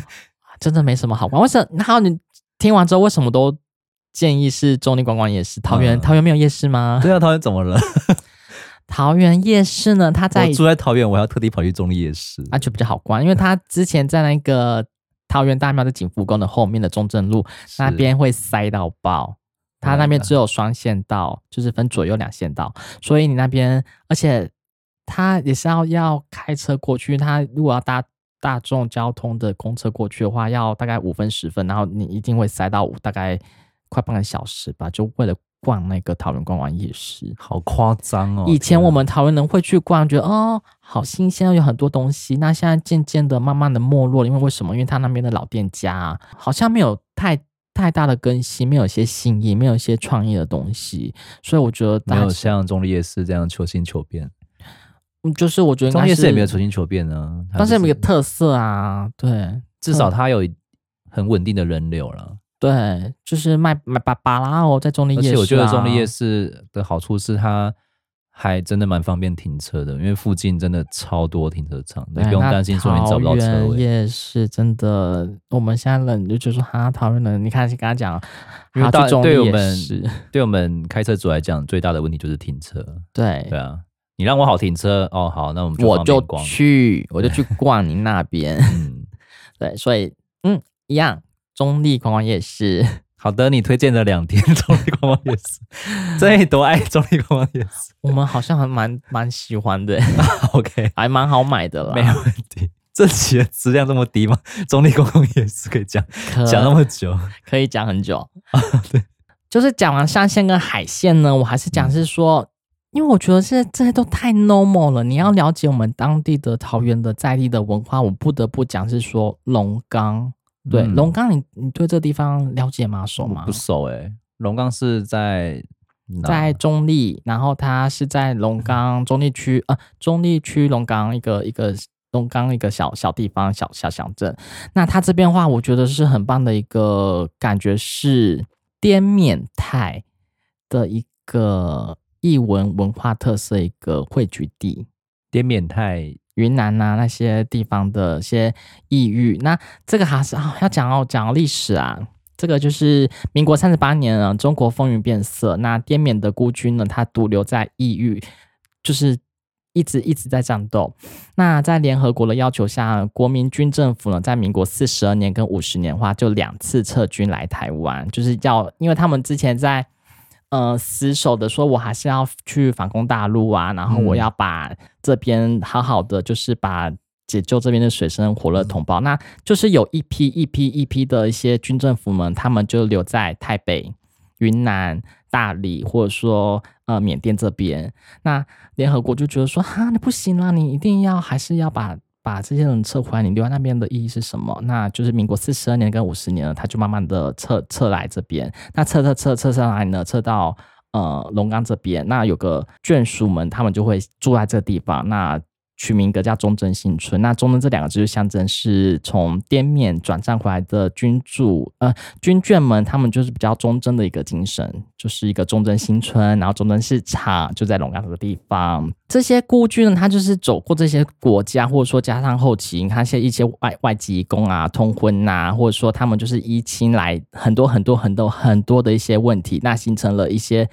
B: [LAUGHS] 真的没什么好逛。为什么？还有你听完之后，为什么都建议是中立逛逛夜市？桃园、
A: 嗯
B: 桃园没有夜市吗？
A: 对啊，桃园怎么了？
B: 桃园夜市呢，它在
A: 我住在桃园，我还要特地跑去中立夜市。
B: 啊，就比较好逛，因为他之前在那个桃园大庙的景福宫的后面的中正路
A: 是
B: 那边会塞到爆，他那边
A: 嗯
B: 只有双线道，就是分左右两线道，所以你那边，而且他也是要要开车过去，他如果要搭大众交通的公车过去的话，要大概五分十分，然后你一定会塞到大概快半个小时吧，就为了逛那个桃园逛完夜市。
A: 好夸张哦！
B: 以前
A: 天啊
B: 我们桃园人会去逛，觉得哦好新鲜，有很多东西。那现在渐渐的、慢慢的没落了，因为为什么？因为他那边的老店家、啊、好像没有太太大的更新，没有一些新意，没有一些创意的东西。所以我觉得大
A: 没
B: 家
A: 有像中立夜市这样求新求变，
B: 嗯就是我觉得应
A: 中
B: 该
A: 立夜
B: 是
A: 市也没有求新求变啊，它
B: 但是有
A: 就
B: 一个特色啊，对
A: 至少它有很稳定的人流了。
B: 对，就是卖卖粑粑啦哦，在中立
A: 而
B: 夜市、啊，
A: 且我觉得中立夜市的好处是它。还真的蛮方便停车的，因为附近真的超多停车场，你
B: 对
A: 不用
B: 哎那
A: 担心说你找不到车
B: 桃园
A: 位。
B: 夜市真的，我们现在人就觉得说哈，桃园人，你看跟他讲，
A: 因为
B: 他
A: 大
B: 去中
A: 对
B: 立
A: 我
B: 夜
A: 们
B: 市，
A: 对我们开车族来讲，最大的问题就是停车。
B: 对
A: 对，啊，你让我好停车哦，好，那我们就
B: 哎我
A: 方
B: 就
A: 便逛。
B: 去，我就
A: [LAUGHS]
B: 去逛你那边， [LAUGHS]
A: 嗯，
B: 对，所以嗯，一样，中立观光夜市， [LAUGHS]
A: 好的，你推荐的两天 [LAUGHS] 中立观光夜市，真的多爱中立观光夜市。
B: 我们好像还蛮蛮喜欢的， [LAUGHS]
A: OK，
B: 还蛮好买的啦，
A: 没有问题。这期的质量这么低吗？中立观光夜市可以讲
B: 可
A: 讲那么哦久，
B: 可
A: [LAUGHS]
B: 以
A: 嗯
B: 讲很久。对，就是讲完沙县跟海鲜呢，我还是讲是说，因为我觉得这这些都太 normal 了。你要了解我们当地的桃园的在地的文化，我不得不讲是说龙岗。对，
A: 嗯
B: 龙岗你，你对这地方了解吗？熟吗
A: 不？熟哎、欸。龙岗是在哪
B: 在中立，然后它是在龙岗中立区啊、中立区龙岗一个一个龙岗一个小小地方小小乡镇。那它这边的话，我觉得是很棒的一个感觉，是滇缅泰的一个艺文文化特色一个汇聚地。
A: 滇缅泰
B: 云南呐、那些地方的一些异域。那这个还是啊、要讲哦，讲到历史啊。这个就是民国三十八年啊，中国风云变色。那滇缅的孤军呢，它独留在异域，就是一直一直在战斗。那在联合国的要求下，国民军政府呢，在民国四十二年跟五十年的话，就两次撤军来台湾，就是要因为他们之前在呃死守的说，我还是要去反攻大陆啊，然后我
A: 嗯
B: 要把这边好好的，就是把。解救这边的水深火热同胞，那就是有一批一批一批的一些军政府们，他们就留在台北、云南、大理，或者说呃缅甸这边。那联合国就觉得说，哈，你不行啦，你一定要还是要把把这些人撤回来，你留在那边的意义是什么？那就是民国四十二年跟五十年了，他就慢慢的撤撤来这边，那撤撤撤撤上来呢，撤到呃龙岗这边，那有个眷属们，他们就会住在这个地方，那。取名格叫忠贞新村，那忠贞这两个字就象征是从滇缅转战回来的君主，呃，军眷们他们就是比较忠贞的一个精神，就是一个忠贞新村，然后忠贞市场就在龙岗这个地方。这些孤军呢，他就是走过这些国家，或者说加上后期，你看现在一些外外籍移工啊、通婚呐、或者说他们就是依亲来很多很多很多很多的一些问题，那形成了一些。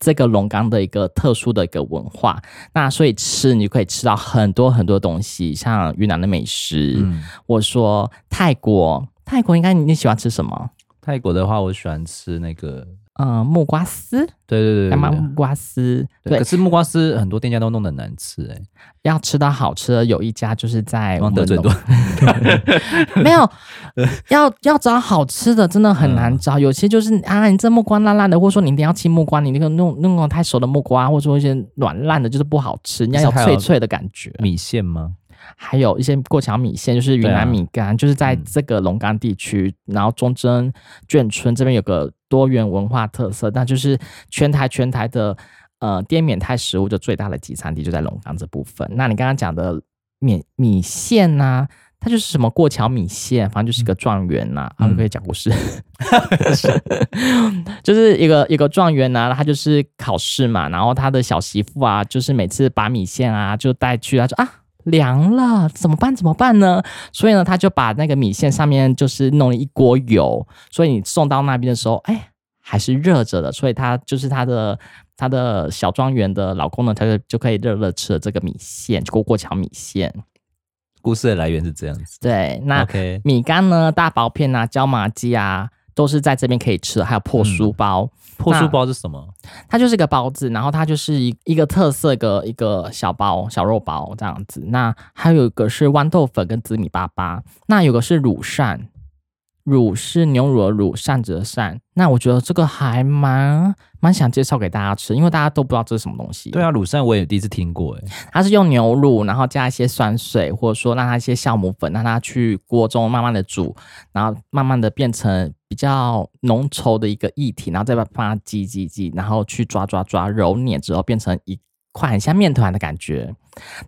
B: 这个龙岗的一个特殊的一个文化，那所以吃你就可以吃到很多很多东西，像云南的美食，
A: 嗯，
B: 我说泰国，泰国应该你你喜欢吃什么？
A: 泰国的话，我喜欢吃那个，
B: 呃，木瓜丝，
A: 对对对
B: 干
A: 对
B: 嘛
A: 对
B: 木瓜丝？
A: 对
B: 对
A: 可，是木瓜丝很多店家都弄得很难吃哎、
B: 要吃到好吃的，有一家就是在
A: 欸，
B: 我
A: 光
B: 们
A: 得罪很多
B: 农，没
A: [LAUGHS]
B: 有，要要找好吃的真的很
A: 嗯
B: 难找，有些就是啊，你这木瓜烂烂的，或者说你一定要吃木瓜，你那个弄弄那种太熟的木瓜，或者说一些软烂的，就是不好吃，你要有
A: 还有
B: 脆脆的感觉。
A: 米线吗？
B: 还有一些过桥米线，就是云
A: 对啊
B: 南米干，就是在这个龙岗地区，然后忠贞眷村这边有个多元文化特色，那就是全台全台的呃滇缅泰食物的最大的集散地就在龙岗这部分。那你刚刚讲的米米线呐、它就是什么过桥米线，反正就是一个状元呐、啊，
A: 嗯
B: 我可以讲
A: [LAUGHS]
B: 故事， [LAUGHS] 就是一个一个状元呐、他就是考试嘛，然后他的小媳妇啊，就是每次把米线啊就带去，他说啊。凉了怎么办？怎么办呢？所以呢，他就把那个米线上面就是弄了一锅油，所以你送到那边的时候，哎，还是热着的。所以他就是他的他的小庄园的老公呢，他就就可以热热吃了这个米线，过过桥米线。
A: 故事的来源是这样子。
B: 对，那
A: OK，
B: 米干呢，大薄片啊，椒麻鸡啊，都是在这边可以吃的，还有破酥包。
A: 破酥
B: 那
A: 包是什么？
B: 它就是一个包子，然后它就是一一个特色的一个小包小肉包这样子。那还有一个是豌豆粉跟紫米粑粑，那有个是乳扇，乳是牛乳的乳，扇子的扇。那我觉得这个还蛮蛮想介绍给大家吃，因为大家都不知道这是什么东西。
A: 对啊，卤扇我也第一次听过哎、
B: 它是用牛乳，然后加一些酸水，或者说让它一些酵母粉，让它去锅中慢慢的煮，然后慢慢的变成比较浓稠的一个液体，然后再把它挤挤挤，然后去抓抓抓揉捻之后变成一块很像面团的感觉。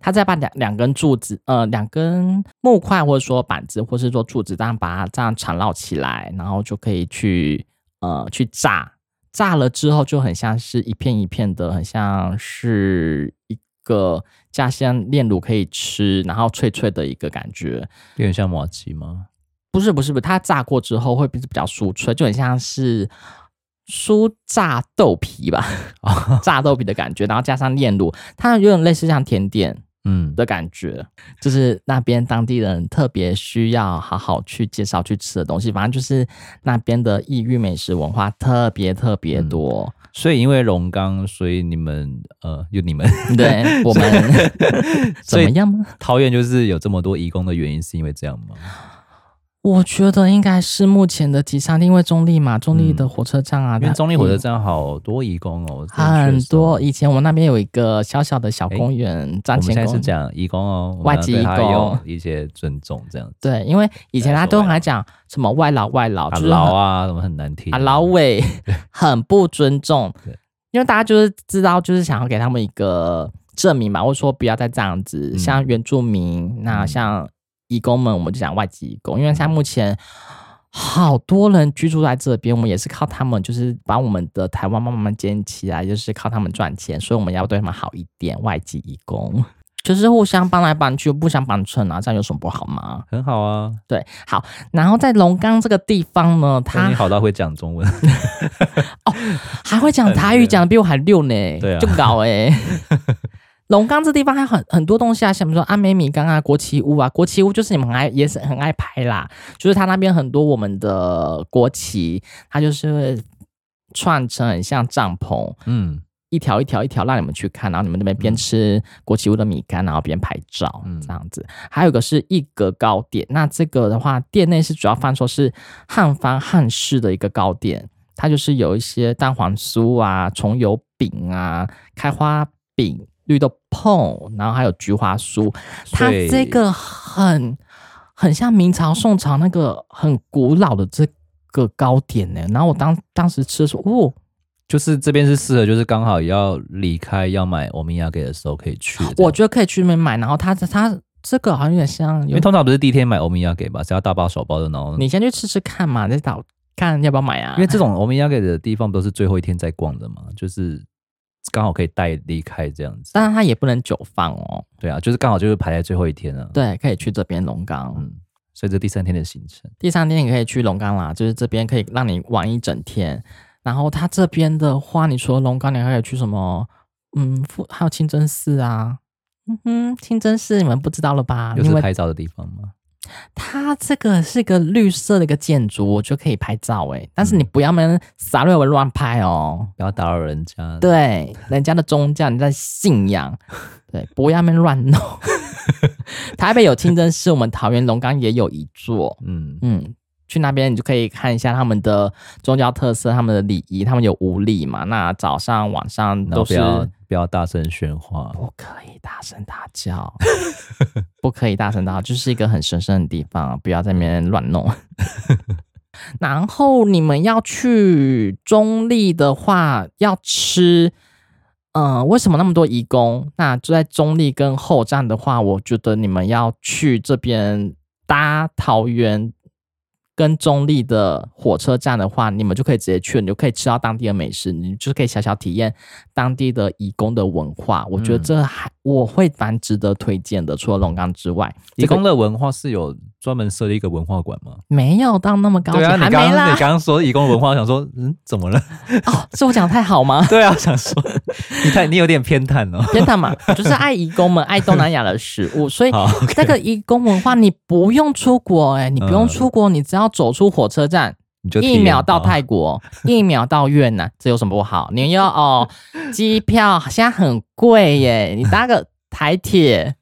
B: 它再把两两根柱子，呃，两根木块或者说板子，或是说柱子，这样把它这样缠绕起来，然后就可以去呃去炸。炸了之后就很像是一片一片的，很像是一个家乡炼乳可以吃，然后脆脆的一个感觉。
A: [LAUGHS] 有点像马吉吗？
B: 不是不是不是，它炸过之后会比比较酥脆，就很像是酥炸豆皮吧， [LAUGHS] 炸豆皮的感觉，然后加上炼乳，它有点类似像甜点
A: 嗯，
B: 的感觉，就是那边当地人特别需要好好去介绍去吃的东西。反正就是那边的异域美食文化特别特别多。
A: 所以因为龙岗，所以你们呃，就你们 [LAUGHS]
B: [LAUGHS] 对我们怎
A: 所以
B: 么样吗？啊
A: 桃园就是有这么多移工的原因，是因为这样吗？
B: 我觉得应该是目前的吉沙，因为中立嘛，中立的火车站啊，
A: 嗯因为
B: 它
A: 中立火车站好多义工哦，我之前去的
B: 很
A: 时候
B: 多。以前我那边有一个小小的小公园，
A: 我
B: 站
A: 们
B: 前
A: 现在
B: 公
A: 是
B: 园。
A: 讲义工哦，我们
B: 外
A: 要
B: 籍
A: 对
B: 义
A: 他
B: 工
A: 有一些尊重这样子。
B: 对，因为以前
A: 对
B: 他
A: 说
B: 都
A: 外劳
B: 还讲什么外劳外劳，
A: 啊
B: 就是
A: 老
B: 很
A: 啊，什么很难听
B: 啊老
A: [LAUGHS]
B: 伟很不尊重
A: 对，
B: 因为大家就是知道，就是想要给他们一个证明嘛，或者说不要再这样子。
A: 嗯
B: 像原住民，那
A: 嗯
B: 像义工们，我们就讲外籍义工，因为像目前。好多人居住在这边，我们也是靠他们，就是把我们的台湾慢慢建起来，就是靠他们赚钱，所以我们要对他们好一点。外籍义工就是互相帮来帮去，不相帮衬啊，这样有什么不好吗？
A: 很好啊，
B: 对，好，然后在龙岗这个地方呢，
A: 他
B: 他
A: 你好到会讲中文，
B: [LAUGHS] 还会讲台语，讲的比我还溜呢，
A: 对啊
B: 就搞
A: [LAUGHS]
B: 哎、龙岗这地方还有很很多东西啊，像比如说阿美米缸啊、国旗屋啊，国旗屋就是你们很爱也是很爱拍啦，就是它那边很多我们的国旗，它就是会串成很像帐篷，
A: 嗯
B: 一条一条一条让你们去看，然后你们那边边吃国旗屋的米干，然后边拍照，
A: 嗯
B: 这样子。还有一个是一格糕点，那这个的话，店内是主要贩售是汉方汉式的一个糕点，它就是有一些蛋黄酥啊、葱油饼啊、开花饼、绿豆碰，然后还有菊花酥，它
A: 所以
B: 这个很很像明朝、宋朝那个很古老的这个糕点呢、然后我当当时吃的时候，哦。
A: 就是这边是适合，就是刚好要离开要买欧米亚给的时候可以去的这样。
B: 我觉得可以去那边买，然后它它这个好像有点像
A: 因
B: 有
A: 为，通常不是第一天买欧米亚给吧，是要大包小包的，然后
B: 你先去吃吃看嘛，再找看要不要买啊。
A: 因为这种欧米亚给的地方都是最后一天在逛的嘛，
B: 嗯
A: 就是刚好可以带离开这样子。
B: 当然它也不能久放哦。
A: 对啊，就是刚好就是排在最后一天啊。
B: 对，可以去这边龙岗。
A: 嗯，所以这第三天的行程，
B: 第三天你可以去龙岗啦，就是这边可以让你玩一整天。然后它这边的话，你除了龙岗，你还可以去什么？嗯，附还有清真寺啊。嗯哼，清真寺你们不知道了吧？
A: 又
B: 因
A: 是
B: 为
A: 拍照的地方吗？
B: 它这个是一个绿色的一个建筑，我就可以拍照诶、但是你不要们撒瑞文乱拍哦。
A: 不要打扰人家。，
B: 对，人家的宗教，你在信仰，对，不要那边乱弄。 [LAUGHS] 台北有清真寺，我们桃园龙岗也有一座，
A: 嗯，
B: 嗯，去那边你就可以看一下他们的宗教特色、他们的礼仪，他们有五礼嘛，那早上、晚上
A: 然后
B: 都
A: 不
B: 是
A: 要不要大声喧哗。
B: 不可以大声大叫， [LAUGHS] 不可以大声大叫，就是一个很神圣的地方，不要在那边乱弄。然后你们要去中立的话，要吃，嗯、为什么那么多义工？那就在中立跟后站的话，我觉得你们要去这边搭桃园跟中立的火车站的话，你们就可以直接去，你就可以吃到当地的美食，你就可以小小体验当地的义工的文化。我觉得
A: 嗯
B: 这还我会蛮值得推荐的，除了龙岗之外，
A: 理
B: 这个
A: 工的文化是有专门设立一个文化馆吗？
B: 没有到那么高级，
A: 对啊，你
B: 还
A: 刚
B: 没
A: 刚
B: 啦
A: 你。刚刚说义工文化，我想说嗯怎么了？ [LAUGHS]
B: 哦，是我讲得太好吗？
A: 对啊，我想说你太你有点偏袒哦。
B: 天堂嘛，我就是爱义
A: [LAUGHS]
B: 工们，爱东南亚的食物，所以
A: 好，OK，
B: 这个义工文化，你不用出国、哎，你不用
A: 嗯
B: 出国，你只要走出火车站，
A: 你就体
B: 一
A: 验哦
B: 秒到
A: 吧 [LAUGHS]
B: 泰国，一秒到越南，这有什么不好？你要哦，机票现在很贵
A: [LAUGHS]
B: 耶，你搭个台铁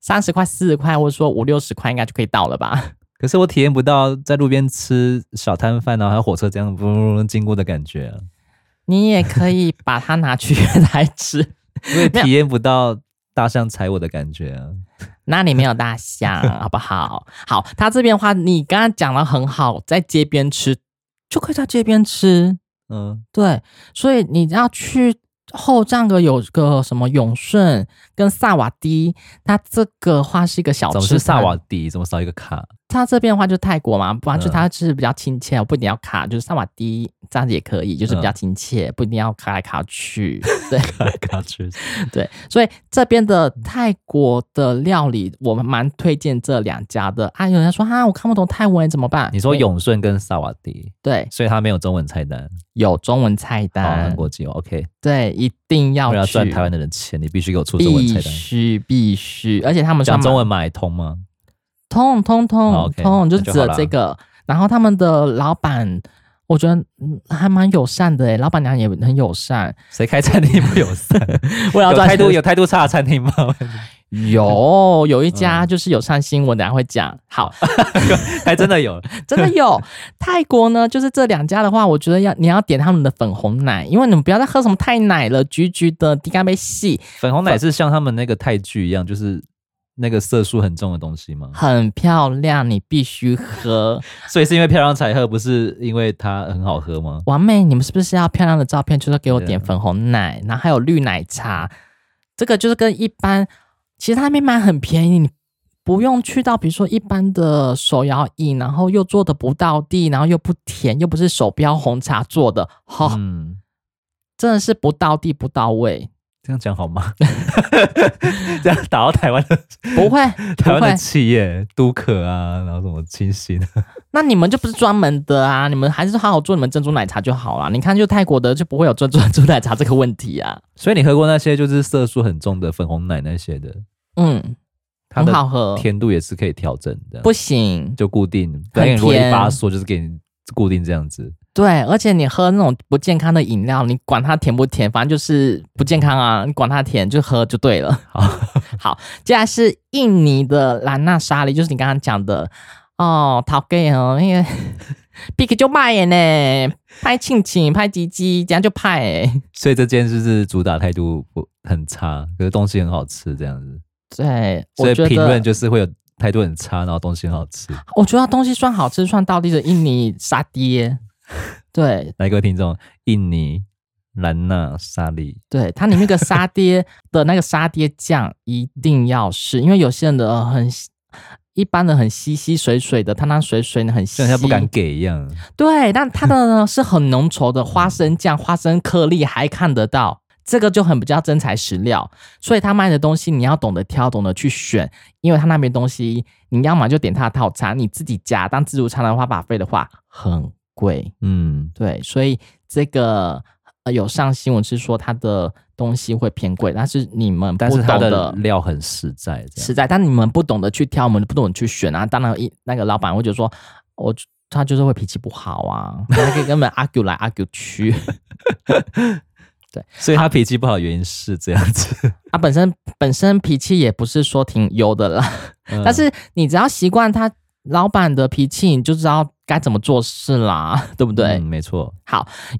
B: 三十块、四十块，或者说五六十块，应该就可以到了吧？
A: 可是我体验不到在路边吃小摊贩啊，还有火车这样嗡嗡嗡经过的感觉、啊，
B: 你也可以把它拿去越南吃。
A: 我也体验不到大象踩我的感觉、啊。
B: 那里没有大
A: [LAUGHS]
B: 象，好不好？好，他这边的话，你刚刚讲的很好，在街边吃就可以在街边吃，
A: 嗯，
B: 对，所以你要去后站个有个什么永顺跟萨瓦迪，它这个话是一个小
A: 怎么
B: 哦吃
A: 是萨
B: 摊
A: 瓦，迪？怎么少一个卡？ [LAUGHS]
B: 它这边的话就是泰国嘛，不然
A: 嗯
B: 就它是比较亲切，不一定要卡，就是萨瓦迪这样子也可以，就是比较
A: 嗯
B: 亲切，不一定要卡来卡去，对。
A: 卡来卡去。
B: [LAUGHS] 对，所以这边的泰国的料理，我们蛮推荐这两家的。啊，有人说啊，我看不懂泰文怎么办？
A: 你说
B: 没
A: 永顺跟萨瓦迪，
B: 对，
A: 所以它没有中文菜单，
B: 有中文菜
A: 好，韩
B: 单，
A: 国籍哦。OK，
B: 对，一定要
A: 为了
B: 去。
A: 赚台湾的人钱，你必须给我出中文
B: 必
A: 菜单。
B: 须必须，而且他们
A: 讲
B: 上
A: 中
B: 马
A: 文买通吗？
B: 通
A: 好
B: 通通
A: ，OK，
B: 通，就
A: 那就
B: 只有
A: 好啦
B: 这个。然后他们的老板，我觉得嗯还蛮友善的诶，欸老板娘也很友善。
A: [LAUGHS] 谁开餐厅不友善？
B: [LAUGHS] 为了
A: 有
B: 赚
A: 态
B: 钱 [LAUGHS]
A: 度有态度差的餐厅吗？ [LAUGHS]
B: 有有一
A: 嗯
B: 家就是有上新闻，等下会讲。好，
A: 还真的有，
B: 真的
A: [LAUGHS]
B: 有泰国呢，就是这两家的话，我觉得要你要点他们的粉红奶，因为你们不要再喝什么太奶了，橘橘的低咖啡系
A: 粉红奶是像他们那个泰剧一样，就是那个色素很重的东西吗？
B: 很漂亮，你必须
A: [LAUGHS]
B: 喝。
A: 所以是因为漂亮才喝，不是因为它很好喝吗？
B: 完美，你们是不是要漂亮的照片？就是给我点
A: 对啊
B: 粉红奶，然后还有绿奶茶，这个就是跟一般，其实他那边买很便宜，你不用去到比如说一般的手摇饮，然后又做的不到地，然后又不甜，又不是手标红茶做的，好、
A: 嗯，
B: 真的是不到地不到位，
A: 这样讲好
B: [LAUGHS]
A: 吗？这样打到台湾的
B: 不会不
A: [LAUGHS] 台湾
B: 会
A: 的，企业，都可啊，然后什么清
B: [LAUGHS]
A: 新，
B: 那你们就不是专门的啊，你们还是好好做你们珍珠奶茶就好了。你看，就泰国的就不会有珍珠珍珠奶茶这个问题
A: [LAUGHS]
B: 啊，
A: 所以你喝过那些就是色素很重的粉红奶那些的，
B: 嗯，
A: 它
B: 很
A: 的
B: 好喝，
A: 甜度也是可以调整的，
B: 不行。
A: 呃就固定。
B: 很
A: 但如果一
B: 甜
A: 把它缩，就是给你固定这样子。
B: 对，而且你喝那种不健康的饮料，你管它甜不甜，反正就是不健康啊，你管它甜就喝就对了。
A: [LAUGHS] 好，
B: [LAUGHS] 好，接下来是印尼的兰纳沙梨，就是你刚刚讲的哦，陶给哦，那 [LAUGHS] 个 b i 就卖耶呢，拍庆庆，拍鸡鸡，这样就欸拍耶。
A: 所以这间就是主打态度不很差，可是东西很好吃这样子。
B: 对，
A: 所
B: 我
A: 以
B: 觉
A: 评论
B: 得
A: 就是会有态度很差，然后东西很好吃。
B: 我觉得东西算好吃算到地的印尼沙爹，对，
A: 来，各位听众，印尼兰纳沙利，
B: 对，它里面那个沙
A: [LAUGHS]
B: 爹的那个沙爹酱一定要是，因为有些人的呃很稀一般的很稀稀水水的，汤汤水水的很稀
A: 就，像不敢给一样。
B: 对，但它的呢是很浓稠的花生酱、花生颗粒还看得到，这个就很比较真材实料。所以他卖的东西你要懂得挑，懂得去选，因为他那边东西你要么就点他的套餐，你自己加当自助餐的话，把费的话很贵。
A: 嗯，
B: 对，所以这个呃有上新闻是说它的东西会偏贵，但是你们不
A: 但是
B: 懂
A: 它的
B: 得
A: 料很实在，这样
B: 实在，但你们不懂得去挑，我们不懂得去选啊。当然一那个老板会觉得说，我他就是会脾气不好啊，他可以跟我们 argue 来 argue
A: [LAUGHS]
B: 去。
A: 所以他脾气不好的原因是这样子。
B: 他本身本身脾气也不是说挺优的啦，
A: 嗯
B: 但是你只要习惯他老板的脾气，你就知道该怎么做事啦，对不
A: [LAUGHS]
B: 对？
A: 嗯没错，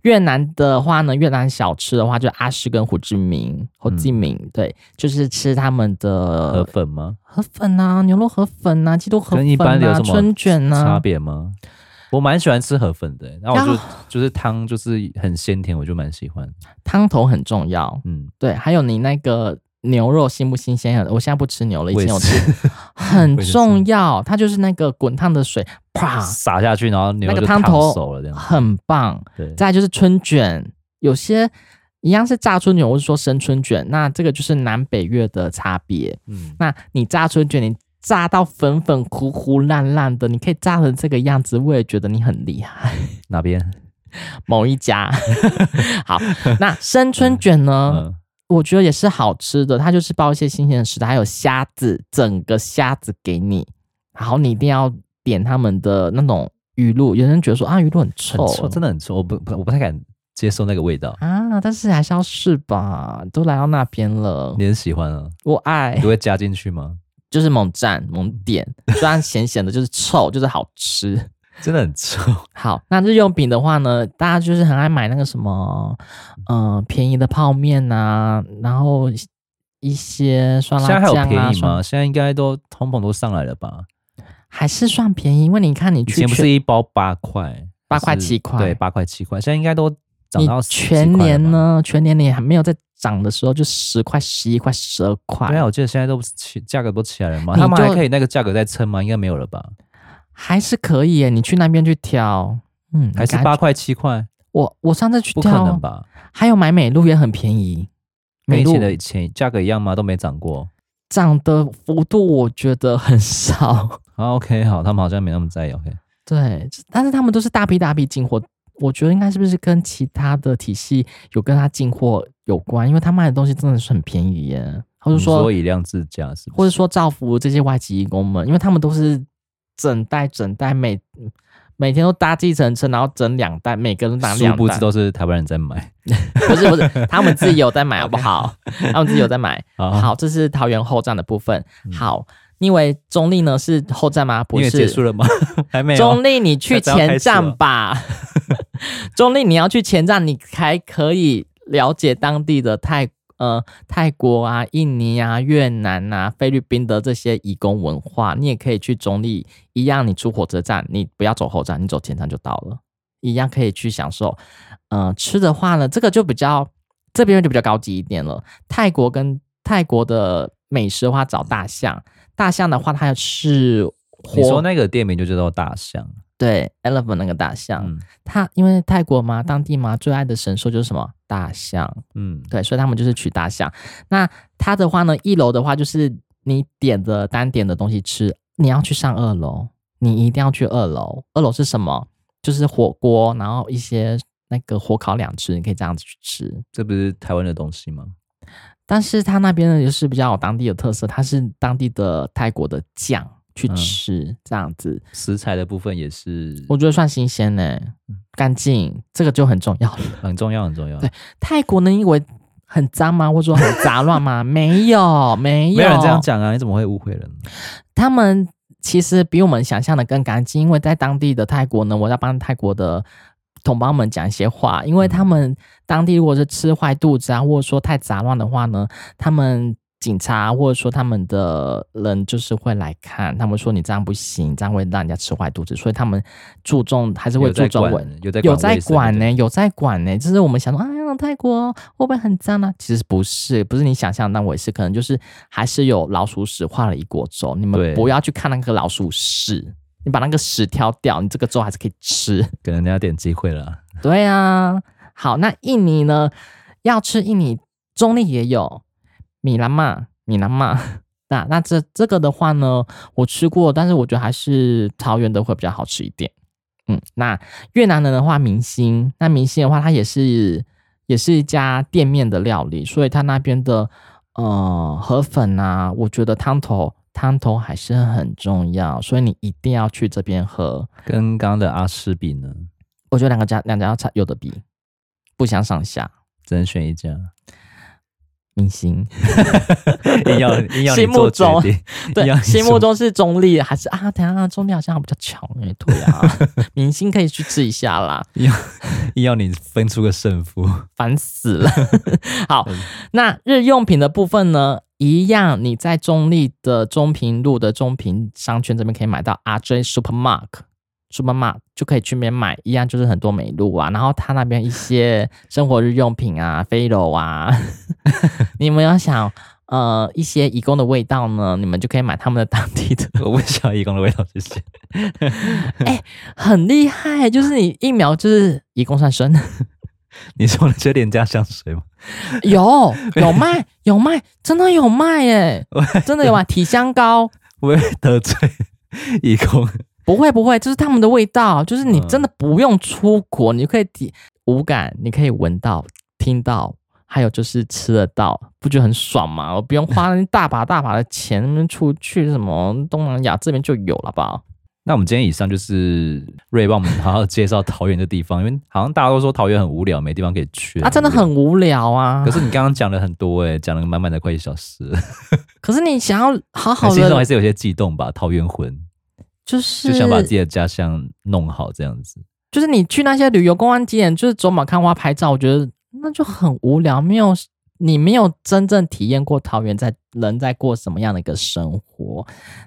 B: 越南的话呢，越南小吃的话，就阿诗跟胡志明，胡志明、对，就是吃他们
A: 嗯河
B: 的
A: 粉吗？
B: 河粉啊，牛肉河粉啊，鸡肉河粉
A: 跟
B: 啊，
A: 一般的有什么
B: 春卷
A: 差
B: 啊，
A: 别吗？我蛮喜欢吃河粉的、那我
B: 然
A: 就
B: 后
A: 就是汤就是很鲜甜，我就蛮喜欢。
B: 汤头很重要。
A: 嗯，
B: 对，还有你那个牛肉新不新鲜？啊我现在不吃牛了，以
A: 我
B: 前
A: 也 [LAUGHS]
B: 有吃，
A: 是
B: 很
A: 我也是
B: 重要。它就是那个滚烫的水，啪，
A: 撒下去，然后牛
B: 那
A: 就
B: 个汤头
A: 熟了这样子。
B: 很棒。
A: 对，
B: 再来就是春卷，有些一样是炸春卷，或是说生春卷，那这个就是南北越的差别。
A: 嗯，
B: 那你炸春卷，你炸到粉粉糊糊烂烂的，你可以炸成这个样子，我也觉得你很厉
A: [LAUGHS]
B: 害。
A: 哪边？
B: 某
A: [LAUGHS]
B: 一家，好，那生春卷呢？
A: 嗯，
B: 我觉得也是好吃的，它就是包一些新鲜的食材，还有虾子，整个虾子给你，然后你一定要点他们的那种鱼露。有人觉得说啊，鱼露很臭，
A: 很臭，哦真的很臭，我不不我不太敢接受那个味道。
B: 啊，但是还是要试吧，都来到那边了，
A: 你很喜欢啊？
B: 我爱
A: 你。会加进去吗？
B: 就是猛蘸猛点，虽然咸咸的，就是臭，就是好吃。
A: 真的很臭，
B: 好，那日用品的话呢，大家就是很爱买那个什么，呃，便宜的泡面啊，然后一些酸
A: 现
B: [LAUGHS] 辣
A: 在还有
B: 酱啊，
A: 便宜
B: 算
A: 吗？现在应该都通膨都上来了吧？
B: 还是算便宜，因为你看你
A: 以
B: 去
A: 前不是
B: 全
A: 一包八块，
B: 八块
A: 就是
B: 七块
A: 对，八块七块，现在应该都涨
B: 你
A: 到10
B: 全
A: 块了
B: 年
A: 吧？
B: 呢，全年你还没有在涨的时候，就十块、十一块、十二块，
A: 对啊，我记得现在都起价格都起来了嘛，
B: 你
A: 他们还
B: 就
A: 可以那个价格再撑吗？应该没有了吧？
B: 还是可以耶。你去那边去挑，嗯，
A: 还是
B: 感觉
A: 八？块七块？
B: 我我上次去
A: 不可
B: 挑，
A: 能吧？
B: 还有买美露也很便宜，
A: 跟
B: 美
A: 以
B: 露
A: 前的前价格一样吗？都没涨过。
B: 涨的幅度我觉得很少。
A: 好，OK，好，啊他们好像没那么在意。OK，
B: 对，这但是他们都是大批大批进货，我觉得应该是不是跟其他的体系有跟他进货有关？因为他卖的东西真的是很便宜耶，或者
A: 你说嗯
B: 说
A: 以量制价是不
B: 或者
A: 是？
B: 说造福这些外籍义工们，因为他们都是整袋整袋每每天都搭计程车，然后整两袋，每个人拿
A: 殊
B: 两
A: 不
B: 袋
A: 知，都是台湾人在买。
B: 不是不是，他们自己有在买，好不
A: [LAUGHS]
B: 好？他们自己有在买。
A: 好嗯
B: 好，这是桃园后站的部分。好，你以为中立呢是后站吗？
A: 因
B: 不
A: 为结
B: 是，
A: 束了吗？ [LAUGHS] 还没有
B: 中。立你去前站吧。中立你要去前站，你才可以了解当地的泰呃泰国啊、印尼啊、越南啊、菲律宾的这些移工文化。你也可以去中立，一样你出火车站，你不要走后站，你走前站就到了，一样可以去享受。呃，吃的话呢，这个就比较这边就比较高级一点了。泰国跟泰国的美食的话，找大象。大象的话，它是
A: 你说
B: 活
A: 那个店名就叫做大象，
B: 对 elephant 那个大象，
A: 嗯
B: 它因为泰国嘛，当地嘛最爱的神兽就是什么大象，
A: 嗯，
B: 对，所以他们就是取大象。那它的话呢，一楼的话就是你点的单点的东西吃，你要去上二楼，你一定要去二楼。二楼是什么？就是火锅，然后一些那个火烤两吃，你可以这样子去吃。
A: 这不是台湾的东西吗？
B: 但是它那边呢，就是比较有当地的特色，它是当地的泰国的酱去
A: 嗯
B: 吃、这样子。
A: 食材的部分也是
B: 我觉得算新鲜呢、干净，这个就很重要了。
A: 很重要，很重要。
B: 对泰国呢，因为很脏吗？或者说很杂
A: [LAUGHS]
B: 乱吗？没有，没有，
A: 没有人这样。讲啊，你怎么会误会人？
B: 他们其实比我们想象的更干净，因为在当地的泰国呢，我要帮泰国的同胞们讲一些话，因为他们当地如果是吃坏肚子啊，或者说太杂乱的话呢，他们。警察或者说他们的人就是会来看，他们说你这样不行，这样会让人家吃坏肚子，所以他们注重还是会
A: 有
B: 注
A: 在
B: 重
A: 管
B: 卫，
A: 有在
B: 有
A: 管
B: 在
A: 卫生
B: 管呢、
A: 对
B: 有在管呢、就是我们想说，哎呀，泰国会不会很脏啊？其实不是，不是你想象的那回事，可能就是还是有老鼠屎化了一锅粥，你
A: 对
B: 们不要去看那个老鼠屎，你把那个屎挑掉，你这个粥还是可以吃。
A: 给人家点机会了。
B: 对啊，好，那印尼呢？要吃印尼中立也有米兰嘛，米兰嘛。那那这这个的话呢，我吃过，但是我觉得还是桃园的会比较好吃一点。嗯，那越南人的话，明星，那明星的话，它也是也是一家店面的料理，所以它那边的呃河粉啊，我觉得汤头汤头还是很重要，所以你一定要去这边喝。
A: 跟刚刚的阿诗比呢，
B: 我觉得两个家两家差有的比，不相上下。
A: 只能选一家，
B: [LAUGHS]
A: [LAUGHS]
B: 明星
A: 硬要硬要你
B: 心
A: 做
B: 目
A: 决
B: 中
A: 定。一
B: 对
A: 样
B: 心目
A: 说
B: 中是中立还是啊？等一下中立好像比较强哎、对
A: [LAUGHS]
B: 啊，明星可以去吃一下啦，
A: 硬要你分出个胜
B: [LAUGHS]
A: 负。
B: 烦死了。 [LAUGHS] 好，那日用品的部分呢，一样你在中立的中平路的中平商圈这边可以买到 RJ Supermarket。Supermart 就可以去那边买，一样就是很多美露啊，然后它那边一些生活日用品啊、飞柔啊， [LAUGHS] 你们要想呃一些义工的味道呢，你们就可以买他们的当地的
A: 我不想要义工的味道，谢谢。
B: 很厉害，就是你一秒就是一共算生，
A: 你说那些廉价香水吗？
B: 有有卖有卖，真的有卖耶，真的有卖体香膏，
A: 我会得罪 [LAUGHS] 义工。
B: 不会不会，就是他们的味道，就是你
A: 嗯
B: 真的不用出国，你就可以体无感，你可以闻到、听到，还有就是吃得到，不觉得很爽吗？我不用花那大把大把的钱那边出去什么东南亚这边就有了好不好？
A: 那我们今天以上就是瑞帮我们好好介绍桃园的地方，因为好像大家都说桃园很无聊，没地方可以去
B: 啊，真的很。无聊啊
A: 可！是你刚刚讲了很多哎、讲了满满的快一小时了，
B: 可是你想要好好
A: 心中还
B: 的，
A: 是有些悸动吧？桃园魂
B: 就是
A: 就想把自己的家乡弄好这样子。
B: 就是你去那些旅游公安景点，就是走马看花拍照，我觉得那就很无聊，没有你没有真正体验过桃园在人在过什么样的一个生活。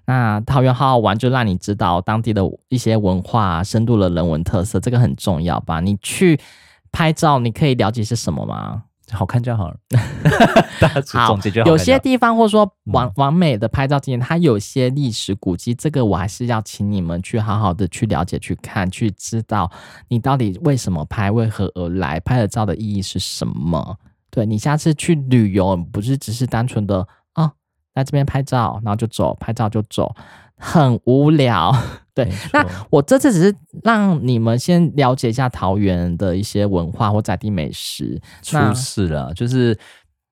B: 那桃园好好玩，就让你知道当地的一些文化、啊深度的人文特色，这个很重要吧？你去拍照，你可以了解是什么吗？
A: 好看就好了。大家
B: 好
A: 总结就好看就好
B: 有些地方或者说
A: 嗯
B: 完完美的拍照景点，它有些历史古迹，这个我还是要请你们去好好的去了解、去看、去知道，你到底为什么拍、为何而来，拍的照的意义是什么？对你下次去旅游，不是只是单纯的啊，来这边拍照，然后就走，拍照就走，很无聊。 [LAUGHS] 对
A: 没错，
B: 那我这次只是让你们先了解一下桃园的一些文化或在地美食，那
A: 出事了，就是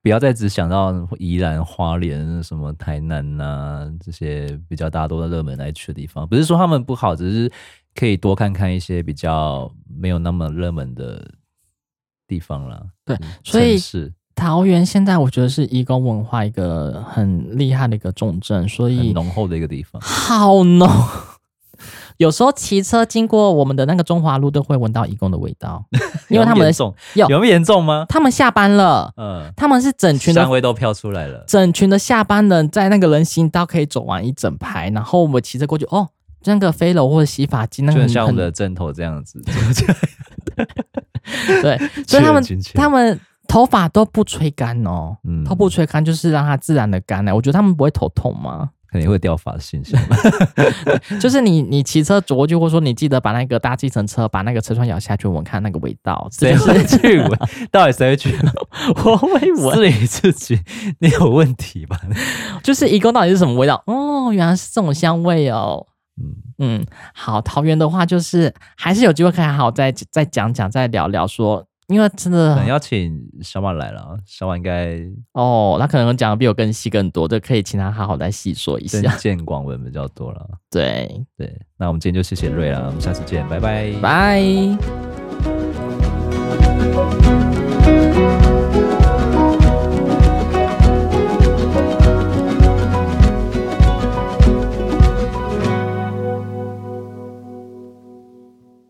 A: 不要再只想到宜兰、花莲、什么台南呐、这些比较大家都在热门来去的地方。不是说他们不好，只是可以多看看一些比较没有那么热门的地方啦。
B: 对
A: 嗯，
B: 所以
A: 是
B: 桃园现在我觉得是移工文化一个很厉害的一个重镇，所
A: 很
B: 以
A: 浓厚的一个地方。
B: 好浓。 [LAUGHS] 有时候骑车经过我们的那个中华路，都会闻到移工的味
A: [LAUGHS]
B: 道，因为他
A: 有那么
B: 们
A: 严
B: 的
A: 重
B: 有
A: 有那么严重吗？
B: 他们下班了，
A: 嗯，
B: 他们是整群的
A: 香味都飘出来了。
B: 整群的下班人在那个人行道可以走完一整排，然后我们骑着过去，哦，那个飞楼或者洗发精，那
A: 就
B: 个
A: 很
B: 很
A: 像我们
B: 很
A: 的枕头这样子，
B: 对，所以
A: [LAUGHS]
B: 他们
A: 亲切
B: 他们头发都不吹干哦，
A: 嗯
B: 头不吹干就是让它自然的干来。我觉得他们不会头痛吗？
A: 可能会掉发
B: [LAUGHS]
A: 现象。
B: 就是你你骑车走过去，或者说你记得把那个搭计程车把那个车窗摇下去闻看那个味道，这
A: 谁
B: 就是
A: 会去闻？ [LAUGHS] 到底谁会去闻？
B: [LAUGHS]
A: [LAUGHS]
B: 我会闻，
A: 是你自己，你有问题吧？
B: 就是一共到底是什么味道？哦，原来是这种香味哦。
A: 嗯，
B: 嗯，好，桃园的话就是还是有机会可以好好再再讲讲，再聊聊说，因为真
A: 可
B: 的
A: 能要请小马来了啊，小马应该
B: 哦，他可能讲的比我更细更多，这可以请他好好再细说一
A: 真
B: 下。
A: 见广文比较多了。啊
B: 对，
A: 对，那我们今天就谢谢瑞了，我们下次见，拜拜，
B: 拜。